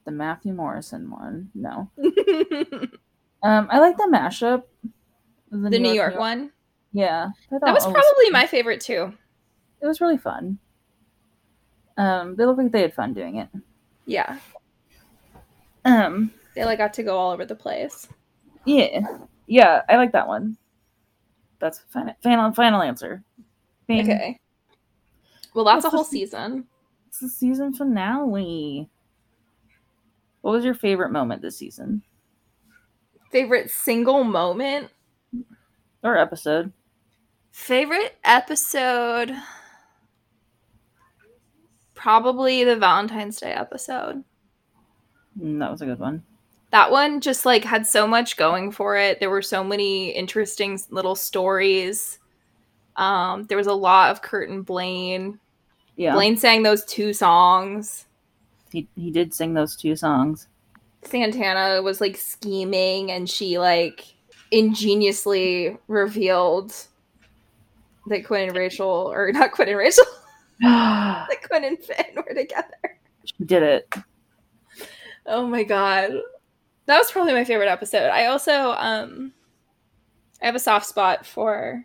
Speaker 2: The Matthew Morrison one. No.
Speaker 4: the
Speaker 2: Um I like the mashup.
Speaker 4: New, York, one?
Speaker 2: Yeah. I
Speaker 4: That was
Speaker 2: one
Speaker 4: probably my favorite too.
Speaker 2: it was really fun. Um they looked like they had fun doing it.
Speaker 4: Yeah.
Speaker 2: Um
Speaker 4: They like got to go all over the place.
Speaker 2: yeah. Yeah, I like that one. That's final final, final answer. Bing.
Speaker 4: Okay. Well, that's a
Speaker 2: What's
Speaker 4: whole
Speaker 2: the-
Speaker 4: season.
Speaker 2: It's the season finale. What was your favorite moment this season
Speaker 4: Favorite single moment?
Speaker 2: or episode?
Speaker 4: Favorite episode? Probably the Valentine's Day episode.
Speaker 2: Mm, that was a good one.
Speaker 4: That one just like had so much going for it. There were so many interesting little stories. Um, there was a lot of Kurt and Blaine.
Speaker 2: Yeah,
Speaker 4: Blaine sang those two songs.
Speaker 2: he he did sing those two songs.
Speaker 4: Santana was like scheming and she like ingeniously revealed that Quinn and Rachel or not Quinn and Rachel,
Speaker 2: she
Speaker 4: that Quinn and Finn were together.
Speaker 2: did it.
Speaker 4: Oh my god. That was probably my favorite episode. I also um I have a soft spot for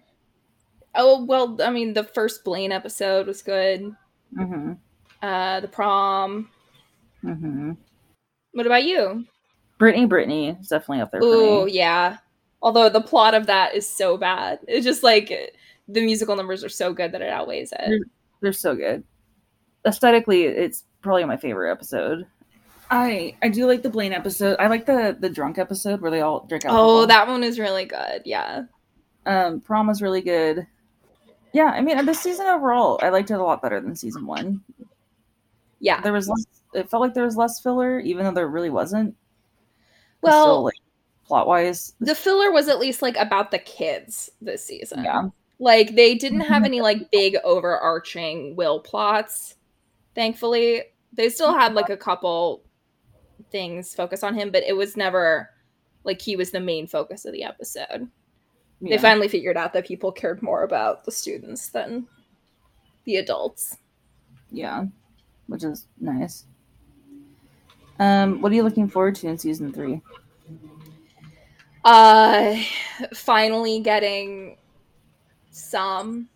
Speaker 4: Oh well, I mean the first Blaine episode was good.
Speaker 2: hmm
Speaker 4: Uh the prom.
Speaker 2: hmm
Speaker 4: What about you?
Speaker 2: Brittany, Brittany is definitely up there.
Speaker 4: Ooh,
Speaker 2: For me.
Speaker 4: yeah. Although the plot of that is so bad. It's just like the musical numbers are so good that it outweighs it.
Speaker 2: They're so good. Aesthetically, it's probably my favorite episode. I I do like the Blaine episode. I like the the drunk episode where they all drink alcohol.
Speaker 4: Oh, that one is really good. Yeah.
Speaker 2: Um, prom was really good. Yeah, I mean, this season overall, I liked it a lot better than season one.
Speaker 4: Yeah.
Speaker 2: There was less, it felt like there was less filler, even though there really wasn't. It was
Speaker 4: Well-
Speaker 2: still, like, plot wise,
Speaker 4: The filler was at least like about the kids this season.
Speaker 2: yeah, Mm-hmm.
Speaker 4: Like they didn't have any like big overarching will plots. Thankfully, they still had like a couple things focused on him, but it was never like he was the main focus of the episode.
Speaker 2: yeah.
Speaker 4: They finally figured out that people cared more about the students than the adults.
Speaker 2: Yeah, which is nice. Um, what are you looking forward to in season three?
Speaker 4: Uh finally getting some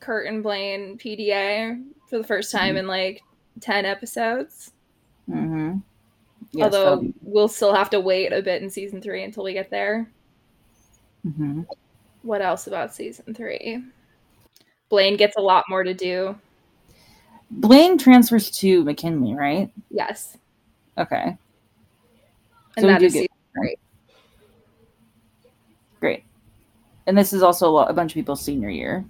Speaker 4: Kurt and Blaine PDA for the first time in like 10 episodes.
Speaker 2: Mm-hmm.
Speaker 4: Although
Speaker 2: um,
Speaker 4: we'll still have to wait a bit in season 3 until we get there.
Speaker 2: hmm
Speaker 4: What else about season 3? Blaine gets a lot more to do.
Speaker 2: Blaine transfers to McKinley, right?
Speaker 4: Yes.
Speaker 2: Okay,
Speaker 4: And
Speaker 2: So we
Speaker 4: that
Speaker 2: do
Speaker 4: is
Speaker 2: get-
Speaker 4: season-
Speaker 2: great. And this is also a, lot, a bunch of people's senior year.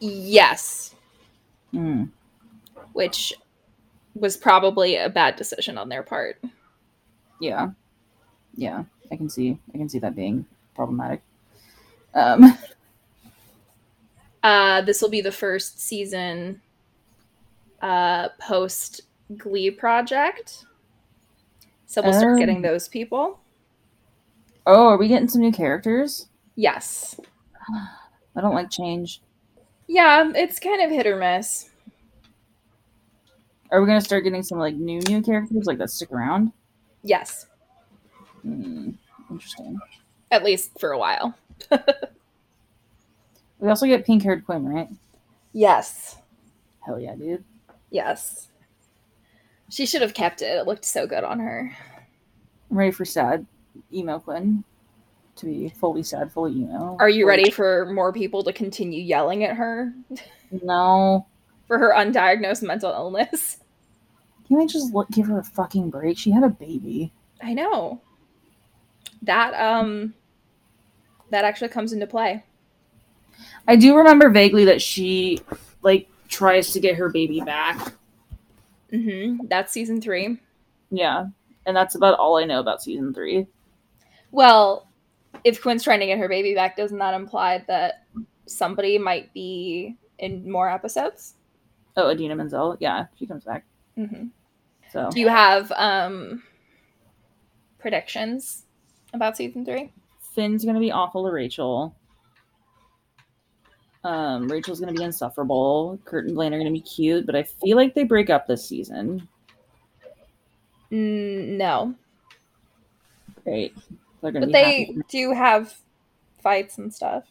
Speaker 4: yes,
Speaker 2: Mm.
Speaker 4: which was probably a bad decision on their part.
Speaker 2: Yeah, yeah, I can see, I can see that being problematic. Um,
Speaker 4: Uh, this will be the first season uh, post Glee project. So we'll start
Speaker 2: Oh.
Speaker 4: getting those people.
Speaker 2: oh, are we getting some new characters?
Speaker 4: Yes.
Speaker 2: I don't like change.
Speaker 4: Yeah, it's kind of hit or miss.
Speaker 2: Are we gonna start getting some like new new characters like that stick around?
Speaker 4: Yes,
Speaker 2: Mm, interesting.
Speaker 4: at least for a while.
Speaker 2: We also get pink haired Quinn, right?
Speaker 4: Yes.
Speaker 2: Hell yeah, dude.
Speaker 4: Yes. She should have kept it. It looked so good on her.
Speaker 2: I'm ready for sad emo Quinn to be fully sad, fully emo.
Speaker 4: Are you
Speaker 2: fully-
Speaker 4: ready for more people to continue yelling at her
Speaker 2: No.
Speaker 4: for her undiagnosed mental illness?
Speaker 2: Can we just look, give her a fucking break? She had a baby.
Speaker 4: I know. That um that actually comes into play.
Speaker 2: I do remember vaguely that she like tries to get her baby back.
Speaker 4: Mhm. That's season 3.
Speaker 2: Yeah. And that's about all I know about season three.
Speaker 4: Well, if Quinn's trying to get her baby back, doesn't that imply that somebody might be in more episodes?
Speaker 2: Oh, Adina Menzel. Yeah, she comes back.
Speaker 4: Mhm.
Speaker 2: So
Speaker 4: Do you have um predictions about season 3?
Speaker 2: Finn's gonna be awful to Rachel. Um, Rachel's gonna be insufferable. Kurt and Blaine are gonna be cute, but I feel like they break up this season.
Speaker 4: Mm, no.
Speaker 2: Great. They're gonna be
Speaker 4: But they
Speaker 2: happy.
Speaker 4: do have fights and stuff.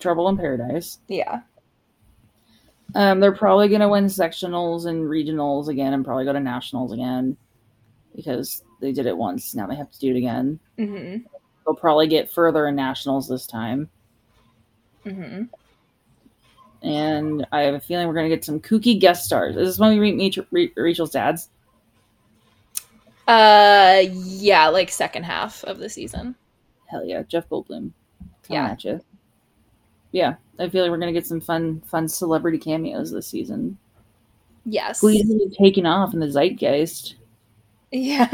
Speaker 2: trouble in paradise.
Speaker 4: Yeah.
Speaker 2: Um, they're probably gonna win sectionals and regionals again, and probably go to nationals again because they did it once. Now they have to do it again.
Speaker 4: Mhm.
Speaker 2: They'll probably get further in nationals this time,
Speaker 4: Mhm.
Speaker 2: and I have a feeling we're gonna get some kooky guest stars. Is this when we meet Mitch- Ra- Rachel's dads?
Speaker 4: Uh yeah, like second half of the season.
Speaker 2: Hell yeah, Jeff Goldblum.
Speaker 4: Yeah.
Speaker 2: yeah. Yeah, I feel like we're gonna get some fun, fun celebrity cameos this season.
Speaker 4: Yes.
Speaker 2: Glee's really taking off in the zeitgeist.
Speaker 4: Yeah.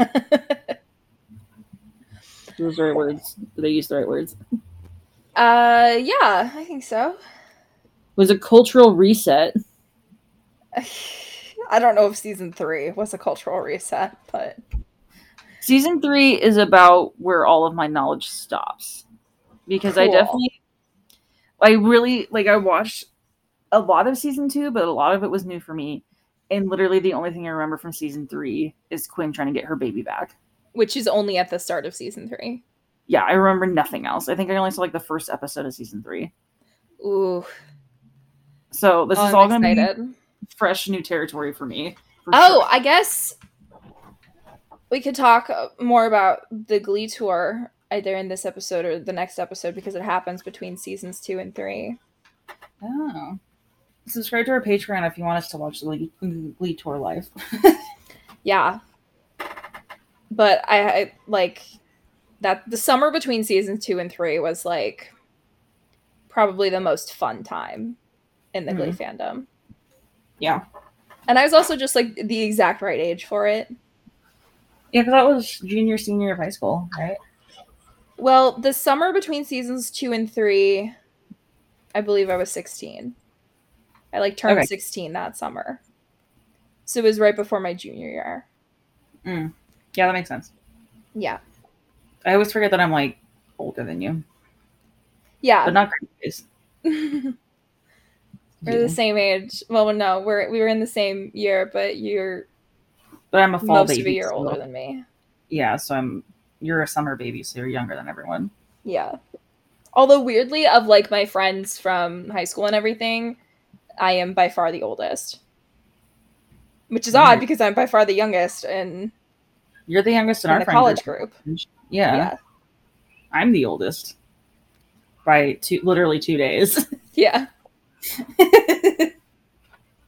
Speaker 2: Those are the right words. They use the right words.
Speaker 4: uh yeah, I think so.
Speaker 2: was a cultural reset.
Speaker 4: I don't know if season 3 was a cultural reset, but
Speaker 2: Season three is about where all of my knowledge stops. Because I
Speaker 4: Cool.
Speaker 2: definitely I really like I watched a lot of season two, but a lot of it was new for me. And literally the only thing I remember from season three is Quinn trying to get her baby back.
Speaker 4: which is only at the start of season 3.
Speaker 2: Yeah, I remember nothing else. I think I only saw like the first episode of season three.
Speaker 4: Ooh.
Speaker 2: So this
Speaker 4: oh,
Speaker 2: is
Speaker 4: I'm
Speaker 2: all going to be
Speaker 4: excited.
Speaker 2: fresh new territory for me. for
Speaker 4: Oh,
Speaker 2: sure.
Speaker 4: I guess we could talk uh, more about the Glee tour either in this episode or the next episode because it happens between seasons 2 and 3.
Speaker 2: oh. Subscribe to our Patreon if you want us to watch the Glee, Glee tour live.
Speaker 4: Yeah. But I, I like that the summer between seasons two and three was like probably the most fun time in the Glee fandom.
Speaker 2: Mm-hmm. Yeah.
Speaker 4: And I was also just like the exact right age for it.
Speaker 2: Yeah, because that was junior, senior of high school, right?
Speaker 4: Well, the summer between seasons two and three, I believe I was 16. I like turned
Speaker 2: Okay.
Speaker 4: 16 that summer. So it was right before my junior year.
Speaker 2: Yeah, that makes sense.
Speaker 4: Yeah.
Speaker 2: I always forget that I'm like older than you,
Speaker 4: Yeah.
Speaker 2: but not crazy.
Speaker 4: yeah, We're the same age. Well, no, we're we were in the same year, but you're
Speaker 2: But I'm a fall
Speaker 4: most
Speaker 2: baby.
Speaker 4: of a year
Speaker 2: so-
Speaker 4: older than me.
Speaker 2: yeah, so I'm you're a summer baby, so you're younger than everyone.
Speaker 4: Yeah. Although weirdly, of like my friends from high school and everything, I am by far the oldest. Which is odd
Speaker 2: Right.
Speaker 4: because I'm by far the youngest in,
Speaker 2: You're the youngest in,
Speaker 4: in
Speaker 2: our
Speaker 4: the
Speaker 2: friend
Speaker 4: college
Speaker 2: group.
Speaker 4: group.
Speaker 2: Yeah,
Speaker 4: Yeah.
Speaker 2: I'm the oldest by two, literally two days.
Speaker 4: Yeah.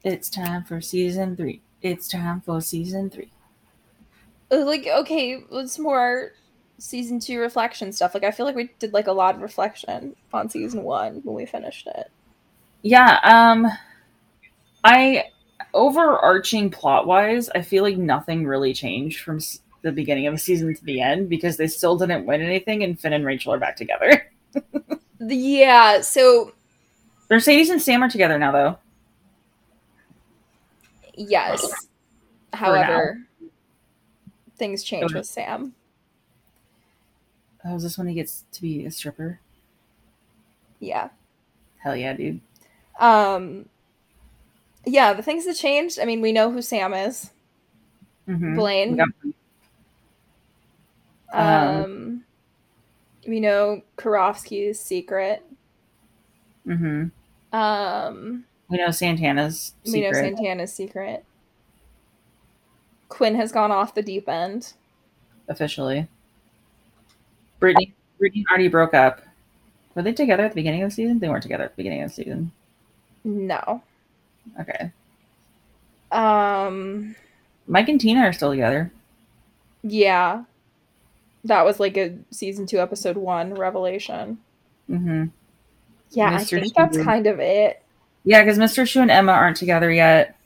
Speaker 2: it's time for season three. It's time for season three.
Speaker 4: It was Uh, Like, okay, let's more season two reflection stuff. Like I feel like we did like a lot of reflection on season one when we finished it.
Speaker 2: Yeah, um I overarching plot wise, I feel like nothing really changed from s- the beginning of the season to the end because they still didn't win anything and Finn and Rachel are back together.
Speaker 4: The- yeah, so
Speaker 2: Mercedes and Sam are together now though.
Speaker 4: yes. However, things change with Sam.
Speaker 2: Oh, is this when he gets to be a stripper?
Speaker 4: Yeah.
Speaker 2: Hell yeah, dude.
Speaker 4: Um yeah, the things that changed. I mean, we know who Sam is.
Speaker 2: Mhm.
Speaker 4: Blaine.
Speaker 2: We got-
Speaker 4: um,
Speaker 2: Um,
Speaker 4: we know Karofsky's secret.
Speaker 2: mhm.
Speaker 4: Um,
Speaker 2: We know Santana's
Speaker 4: we know
Speaker 2: secret.
Speaker 4: Santana's secret. Quinn has gone off the deep end.
Speaker 2: officially. Brittany, Brittany and Artie broke up. Were they together at the beginning of the season? They weren't together at the beginning of the season.
Speaker 4: No.
Speaker 2: Okay.
Speaker 4: Um,
Speaker 2: Mike and Tina are still together.
Speaker 4: yeah. That was like a season two, episode one revelation.
Speaker 2: Mm-hmm.
Speaker 4: Yeah, I
Speaker 2: Mr.
Speaker 4: think that's
Speaker 2: Shu.
Speaker 4: kind of it.
Speaker 2: Yeah, because Mr. Shu and Emma aren't together yet.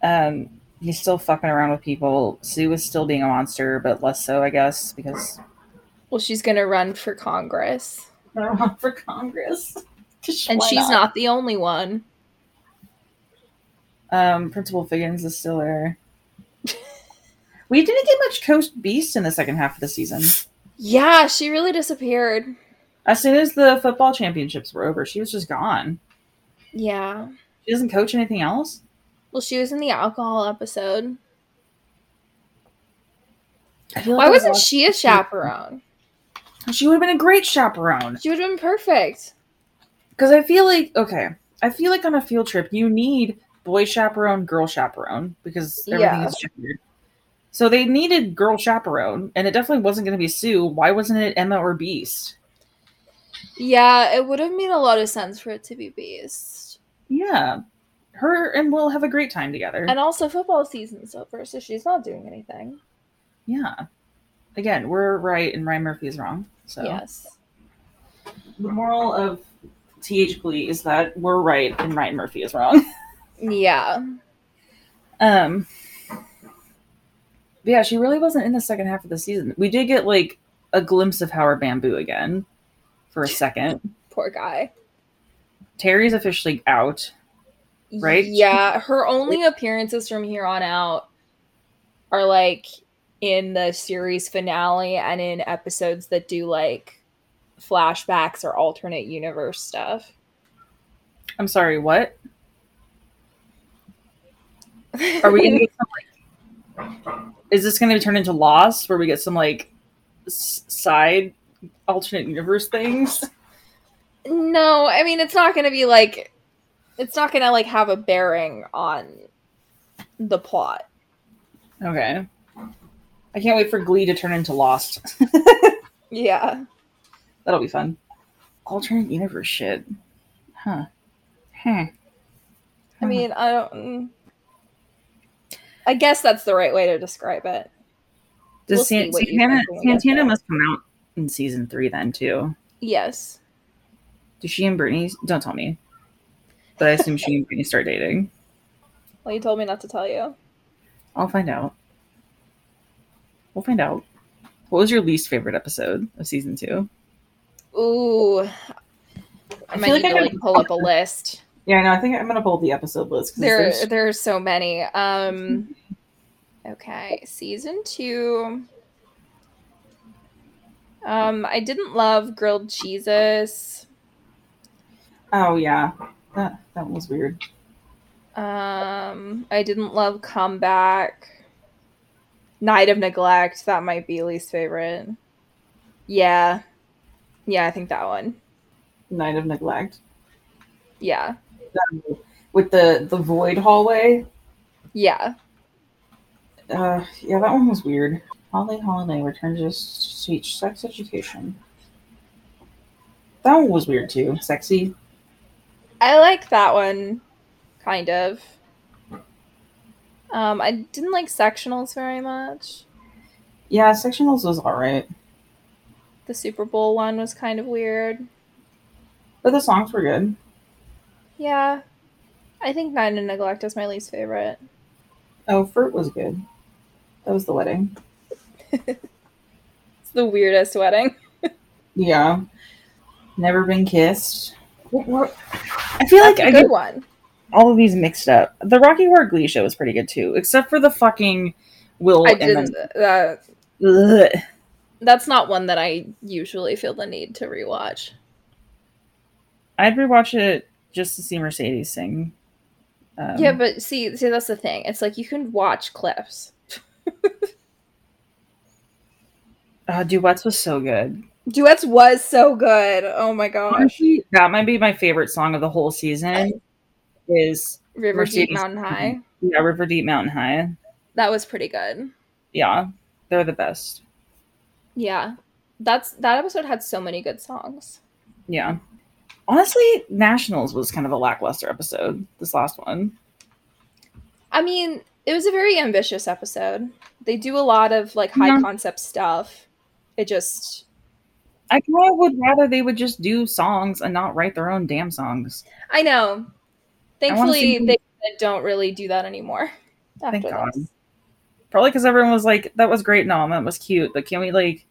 Speaker 2: Um, he's still fucking around with people. Sue is still being a monster, but less so, I guess, because
Speaker 4: Well, she's gonna run for Congress,
Speaker 2: they're on for Congress.
Speaker 4: and she's not the only one.
Speaker 2: Um, Principal Figgins is still there. we didn't get much Coast Beast in the second half of the season.
Speaker 4: Yeah, she really disappeared.
Speaker 2: As soon as the football championships were over, she was just gone.
Speaker 4: Yeah.
Speaker 2: She doesn't coach anything else.
Speaker 4: Well, she was in the alcohol episode.
Speaker 2: I feel
Speaker 4: Why
Speaker 2: I
Speaker 4: wasn't
Speaker 2: watched-
Speaker 4: she a chaperone?
Speaker 2: She would have been a great chaperone.
Speaker 4: She would have been perfect.
Speaker 2: Because I feel like okay, I feel like on a field trip you need boy chaperone, girl chaperone because everything
Speaker 4: Yeah.
Speaker 2: is gendered. So they needed girl chaperone, and it definitely wasn't going to be Sue. Why wasn't it Emma or Beast?
Speaker 4: Yeah, it would have made a lot of sense for it to be Beast.
Speaker 2: Yeah, her and Will have a great time together.
Speaker 4: And also, football season's over, so she's not doing anything.
Speaker 2: yeah, again, we're right and Ryan Murphy is wrong. So
Speaker 4: Yes.
Speaker 2: the moral of TH Glee is that we're right and Ryan Murphy is wrong.
Speaker 4: Yeah.
Speaker 2: Um, but yeah, she really wasn't in the second half of the season. We did get like a glimpse of Howard Bamboo again for a second.
Speaker 4: Poor guy.
Speaker 2: Terry's officially out. Right?
Speaker 4: Yeah. Her only appearances from here on out are like in the series finale and in episodes that do like flashbacks or alternate universe stuff.
Speaker 2: I'm sorry, what? Are we gonna get some like is this gonna turn into Lost where we get some like s- side alternate universe things?
Speaker 4: No, I mean it's not going to be like it's not going to like have a bearing on the plot.
Speaker 2: Okay. I can't wait for Glee to turn into Lost.
Speaker 4: Yeah.
Speaker 2: That'll be fun. Alternate universe shit. Huh. Hmm. Huh. Uh-huh.
Speaker 4: I mean, I don't mm. I guess that's the right way to describe it.
Speaker 2: Does
Speaker 4: We'll see
Speaker 2: San-
Speaker 4: what you
Speaker 2: Santana,
Speaker 4: think when we get
Speaker 2: Santana
Speaker 4: there.
Speaker 2: must come out in season three then too.
Speaker 4: Yes.
Speaker 2: Do she and Brittany don't tell me. But I assume she and Brittany start dating.
Speaker 4: Well, you told me not to tell you.
Speaker 2: I'll find out. We'll find out. What was your least favorite episode of season two?
Speaker 4: Ooh. I, might
Speaker 2: feel like
Speaker 4: need
Speaker 2: I
Speaker 4: to
Speaker 2: gotta-
Speaker 4: like pull up a list.
Speaker 2: Yeah, I know. I think I'm gonna pull the episode list
Speaker 4: There there are so many. Um okay, season 2. Um I didn't love grilled cheeses.
Speaker 2: oh yeah, That that was weird.
Speaker 4: Um, I didn't love Comeback. Night of Neglect. That might be least favorite. Yeah, yeah, I think that one.
Speaker 2: Night of neglect
Speaker 4: Yeah,
Speaker 2: with the the void hallway.
Speaker 4: yeah.
Speaker 2: Uh, yeah, that one was weird. Holiday Holiday returns to teach sex education. That one was weird too. Sexy.
Speaker 4: I like that one, kind of. Um, I didn't like sectionals very much.
Speaker 2: Yeah, sectionals was all right,
Speaker 4: The Super Bowl one was kind of weird.
Speaker 2: but the songs were good.
Speaker 4: Yeah, I think Nine and Neglect is my least favorite.
Speaker 2: Oh, Fruit was good. That was the wedding.
Speaker 4: It's the weirdest wedding.
Speaker 2: Yeah. Never been kissed. What, what? I feel like
Speaker 4: That's a
Speaker 2: I
Speaker 4: good
Speaker 2: get
Speaker 4: one.
Speaker 2: all of these mixed up. The Rocky Horror Glee Show was pretty good too, except for the fucking Will
Speaker 4: I
Speaker 2: and then-
Speaker 4: didn't. Uh,
Speaker 2: Ugh.
Speaker 4: that's not one that I usually feel the need to rewatch.
Speaker 2: I'd rewatch it just to see Mercedes sing. Um,
Speaker 4: yeah, but see, see, that's the thing. It's like you can watch clips.
Speaker 2: uh, duets was so good.
Speaker 4: Duets was so good. Oh my gosh.
Speaker 2: Honestly, that might be my favorite song of the whole season. Is
Speaker 4: River Deep
Speaker 2: Mercedes.
Speaker 4: Mountain High.
Speaker 2: yeah, River Deep Mountain High.
Speaker 4: That was pretty good.
Speaker 2: Yeah, they're the best.
Speaker 4: Yeah. That's that episode had so many good songs.
Speaker 2: Yeah. Honestly, Nationals was kind of a lackluster episode. This last one.
Speaker 4: I mean, it was a very ambitious episode. They do a lot of like high
Speaker 2: Yeah.
Speaker 4: concept stuff. It just
Speaker 2: I kind of would rather they would just do songs and not write their own damn songs.
Speaker 4: I know.
Speaker 2: wanna
Speaker 4: Thankfully
Speaker 2: see-
Speaker 4: they don't really do that anymore. After
Speaker 2: Thank God.
Speaker 4: this.
Speaker 2: Probably because everyone was like, "That was great, Nom. That was cute." But can we like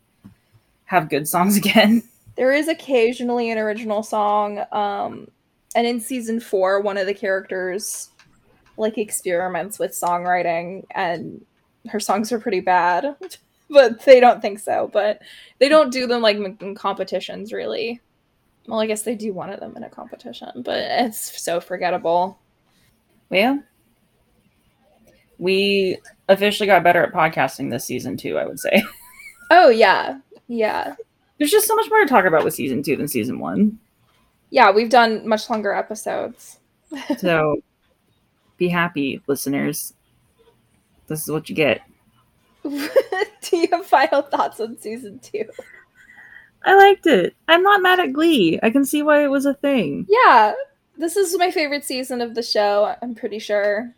Speaker 2: have good songs again?
Speaker 4: There is occasionally an original song. Um, and in season four, one of the characters like experiments with songwriting, and her songs are pretty bad, but they don't think so. But they don't do them like in in competitions, really. Well, I guess they do one of them in a competition, but it's so forgettable.
Speaker 2: Yeah. We officially got better at podcasting this season too, I would say.
Speaker 4: Oh, yeah. Yeah.
Speaker 2: There's just so much more to talk about with season two than season one.
Speaker 4: Yeah, we've done much longer episodes.
Speaker 2: So be happy, listeners. This is what you get.
Speaker 4: do you have final thoughts on season two?
Speaker 2: I liked it. I'm not mad at Glee. I can see why it was a thing.
Speaker 4: Yeah, this is my favorite season of the show, I'm pretty sure.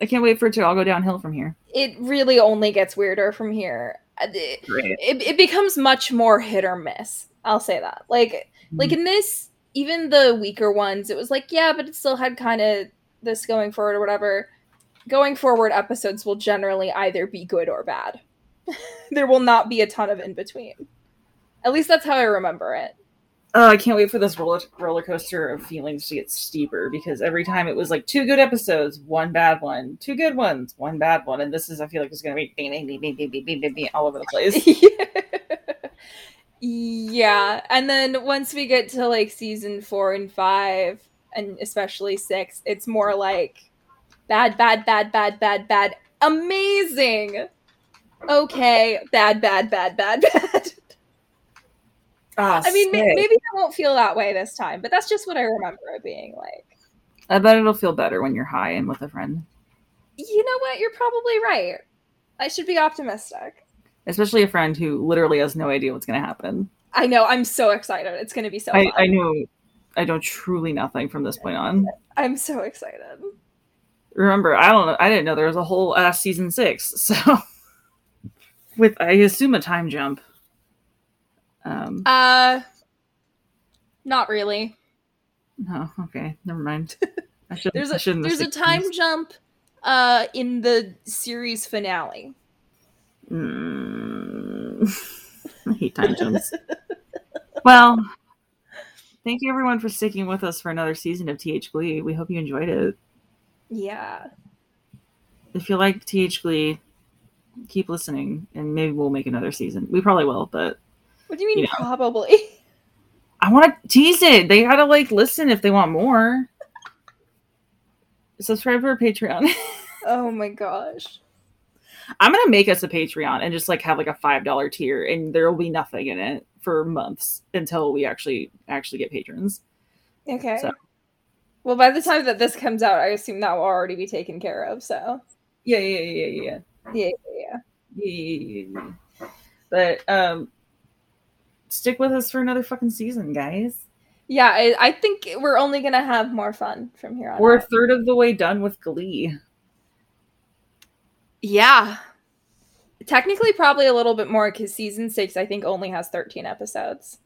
Speaker 2: I can't wait for it to all go downhill from here.
Speaker 4: It really only gets weirder from here. It, it, it becomes much more hit or miss. I'll say that. Like like in this, even the weaker ones, it was like, yeah, but it still had kind of this going forward or whatever. Going forward episodes will generally either be good or bad. there will not be a ton of in between. At least that's how I remember it.
Speaker 2: Oh, I can't wait for this roller, roller coaster of feelings to get steeper because every time it was like two good episodes, one bad one, two good ones, one bad one, and this is I feel like it's gonna be bing, bing, bing, bing, bing, bing, bing, bing, bing, all over the place.
Speaker 4: yeah and then once we get to like season four and five and especially six it's more like bad bad bad bad bad bad amazing okay bad bad bad bad bad
Speaker 2: Ah,
Speaker 4: i mean may-
Speaker 2: sick.
Speaker 4: maybe i won't feel that way this time but that's just what i remember it being like
Speaker 2: I bet it'll feel better when you're high and with a friend,
Speaker 4: you know what you're probably right i should be optimistic
Speaker 2: especially a friend who literally has no idea what's gonna happen.
Speaker 4: i know i'm so excited it's gonna be so
Speaker 2: I,
Speaker 4: fun.
Speaker 2: I know, I know truly nothing from this point on.
Speaker 4: i'm so excited
Speaker 2: Remember, I don't know, I didn't know there was a whole ass season six, so with I assume a time jump. Um,
Speaker 4: Uh, not really.
Speaker 2: Oh, okay. Never mind. I should,
Speaker 4: There's
Speaker 2: I
Speaker 4: a
Speaker 2: shouldn't have
Speaker 4: there's a
Speaker 2: said
Speaker 4: time
Speaker 2: this.
Speaker 4: jump uh in the series finale.
Speaker 2: Mm. I hate time jumps. well, thank you everyone for sticking with us for another season of TH Glee. We hope you enjoyed it.
Speaker 4: Yeah.
Speaker 2: If you like TH Glee, keep listening, and maybe we'll make another season. We probably will, but
Speaker 4: What do you mean
Speaker 2: You know.
Speaker 4: probably?
Speaker 2: I want to tease it. They gotta like listen if they want more. subscribe to our Patreon.
Speaker 4: Oh my gosh.
Speaker 2: I'm gonna make us a Patreon and just like have like a five dollar tier, and there will be nothing in it for months until we actually actually get patrons.
Speaker 4: Okay.
Speaker 2: So-
Speaker 4: Well, by the time that this comes out, I assume that will already be taken care of. So
Speaker 2: Yeah, yeah, yeah, yeah, yeah.
Speaker 4: yeah, yeah,
Speaker 2: Yeah, yeah, yeah, yeah. But um, stick with us for another fucking season, guys.
Speaker 4: yeah. I, I think we're only gonna have more fun from here on.
Speaker 2: We're a
Speaker 4: out.
Speaker 2: third of the way done with Glee.
Speaker 3: Yeah.
Speaker 4: Technically, probably a little bit more because season six, I think, only has thirteen episodes.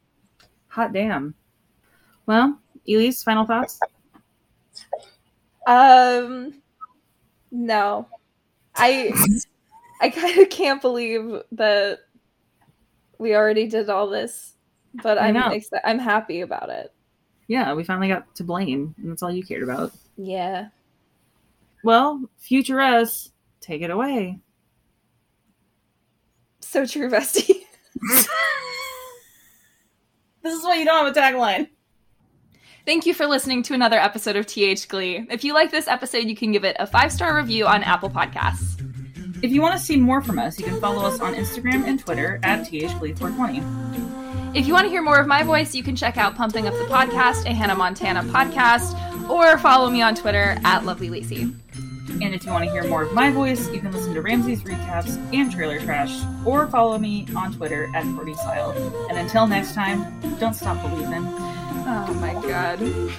Speaker 2: Hot damn. Well, Elise, final thoughts?
Speaker 4: Um, no, I, I kind of can't believe that we already did all this, but
Speaker 2: I
Speaker 4: I'm
Speaker 2: know.
Speaker 4: exci- I'm happy about it.
Speaker 2: Yeah, we finally got to Blaine, and that's all you cared about.
Speaker 4: Yeah.
Speaker 2: Well, future us, take it away.
Speaker 4: So true, Vesty.
Speaker 2: This is why you don't have a tagline.
Speaker 3: Thank you for listening to another episode of TH Glee. If you like this episode, you can give it a five star review on Apple Podcasts.
Speaker 2: If you want to see more from us, you can follow us on Instagram and Twitter at THGlee420.
Speaker 3: If you want to hear more of my voice, you can check out Pumping Up the Podcast, a Hannah Montana podcast, or follow me on Twitter at Lovely Lacey.
Speaker 2: And if you want to hear more of my voice, you can listen to Ramsey's recaps and trailer trash, or follow me on Twitter at 40 Style. And until next time, don't stop believing.
Speaker 3: Oh my god.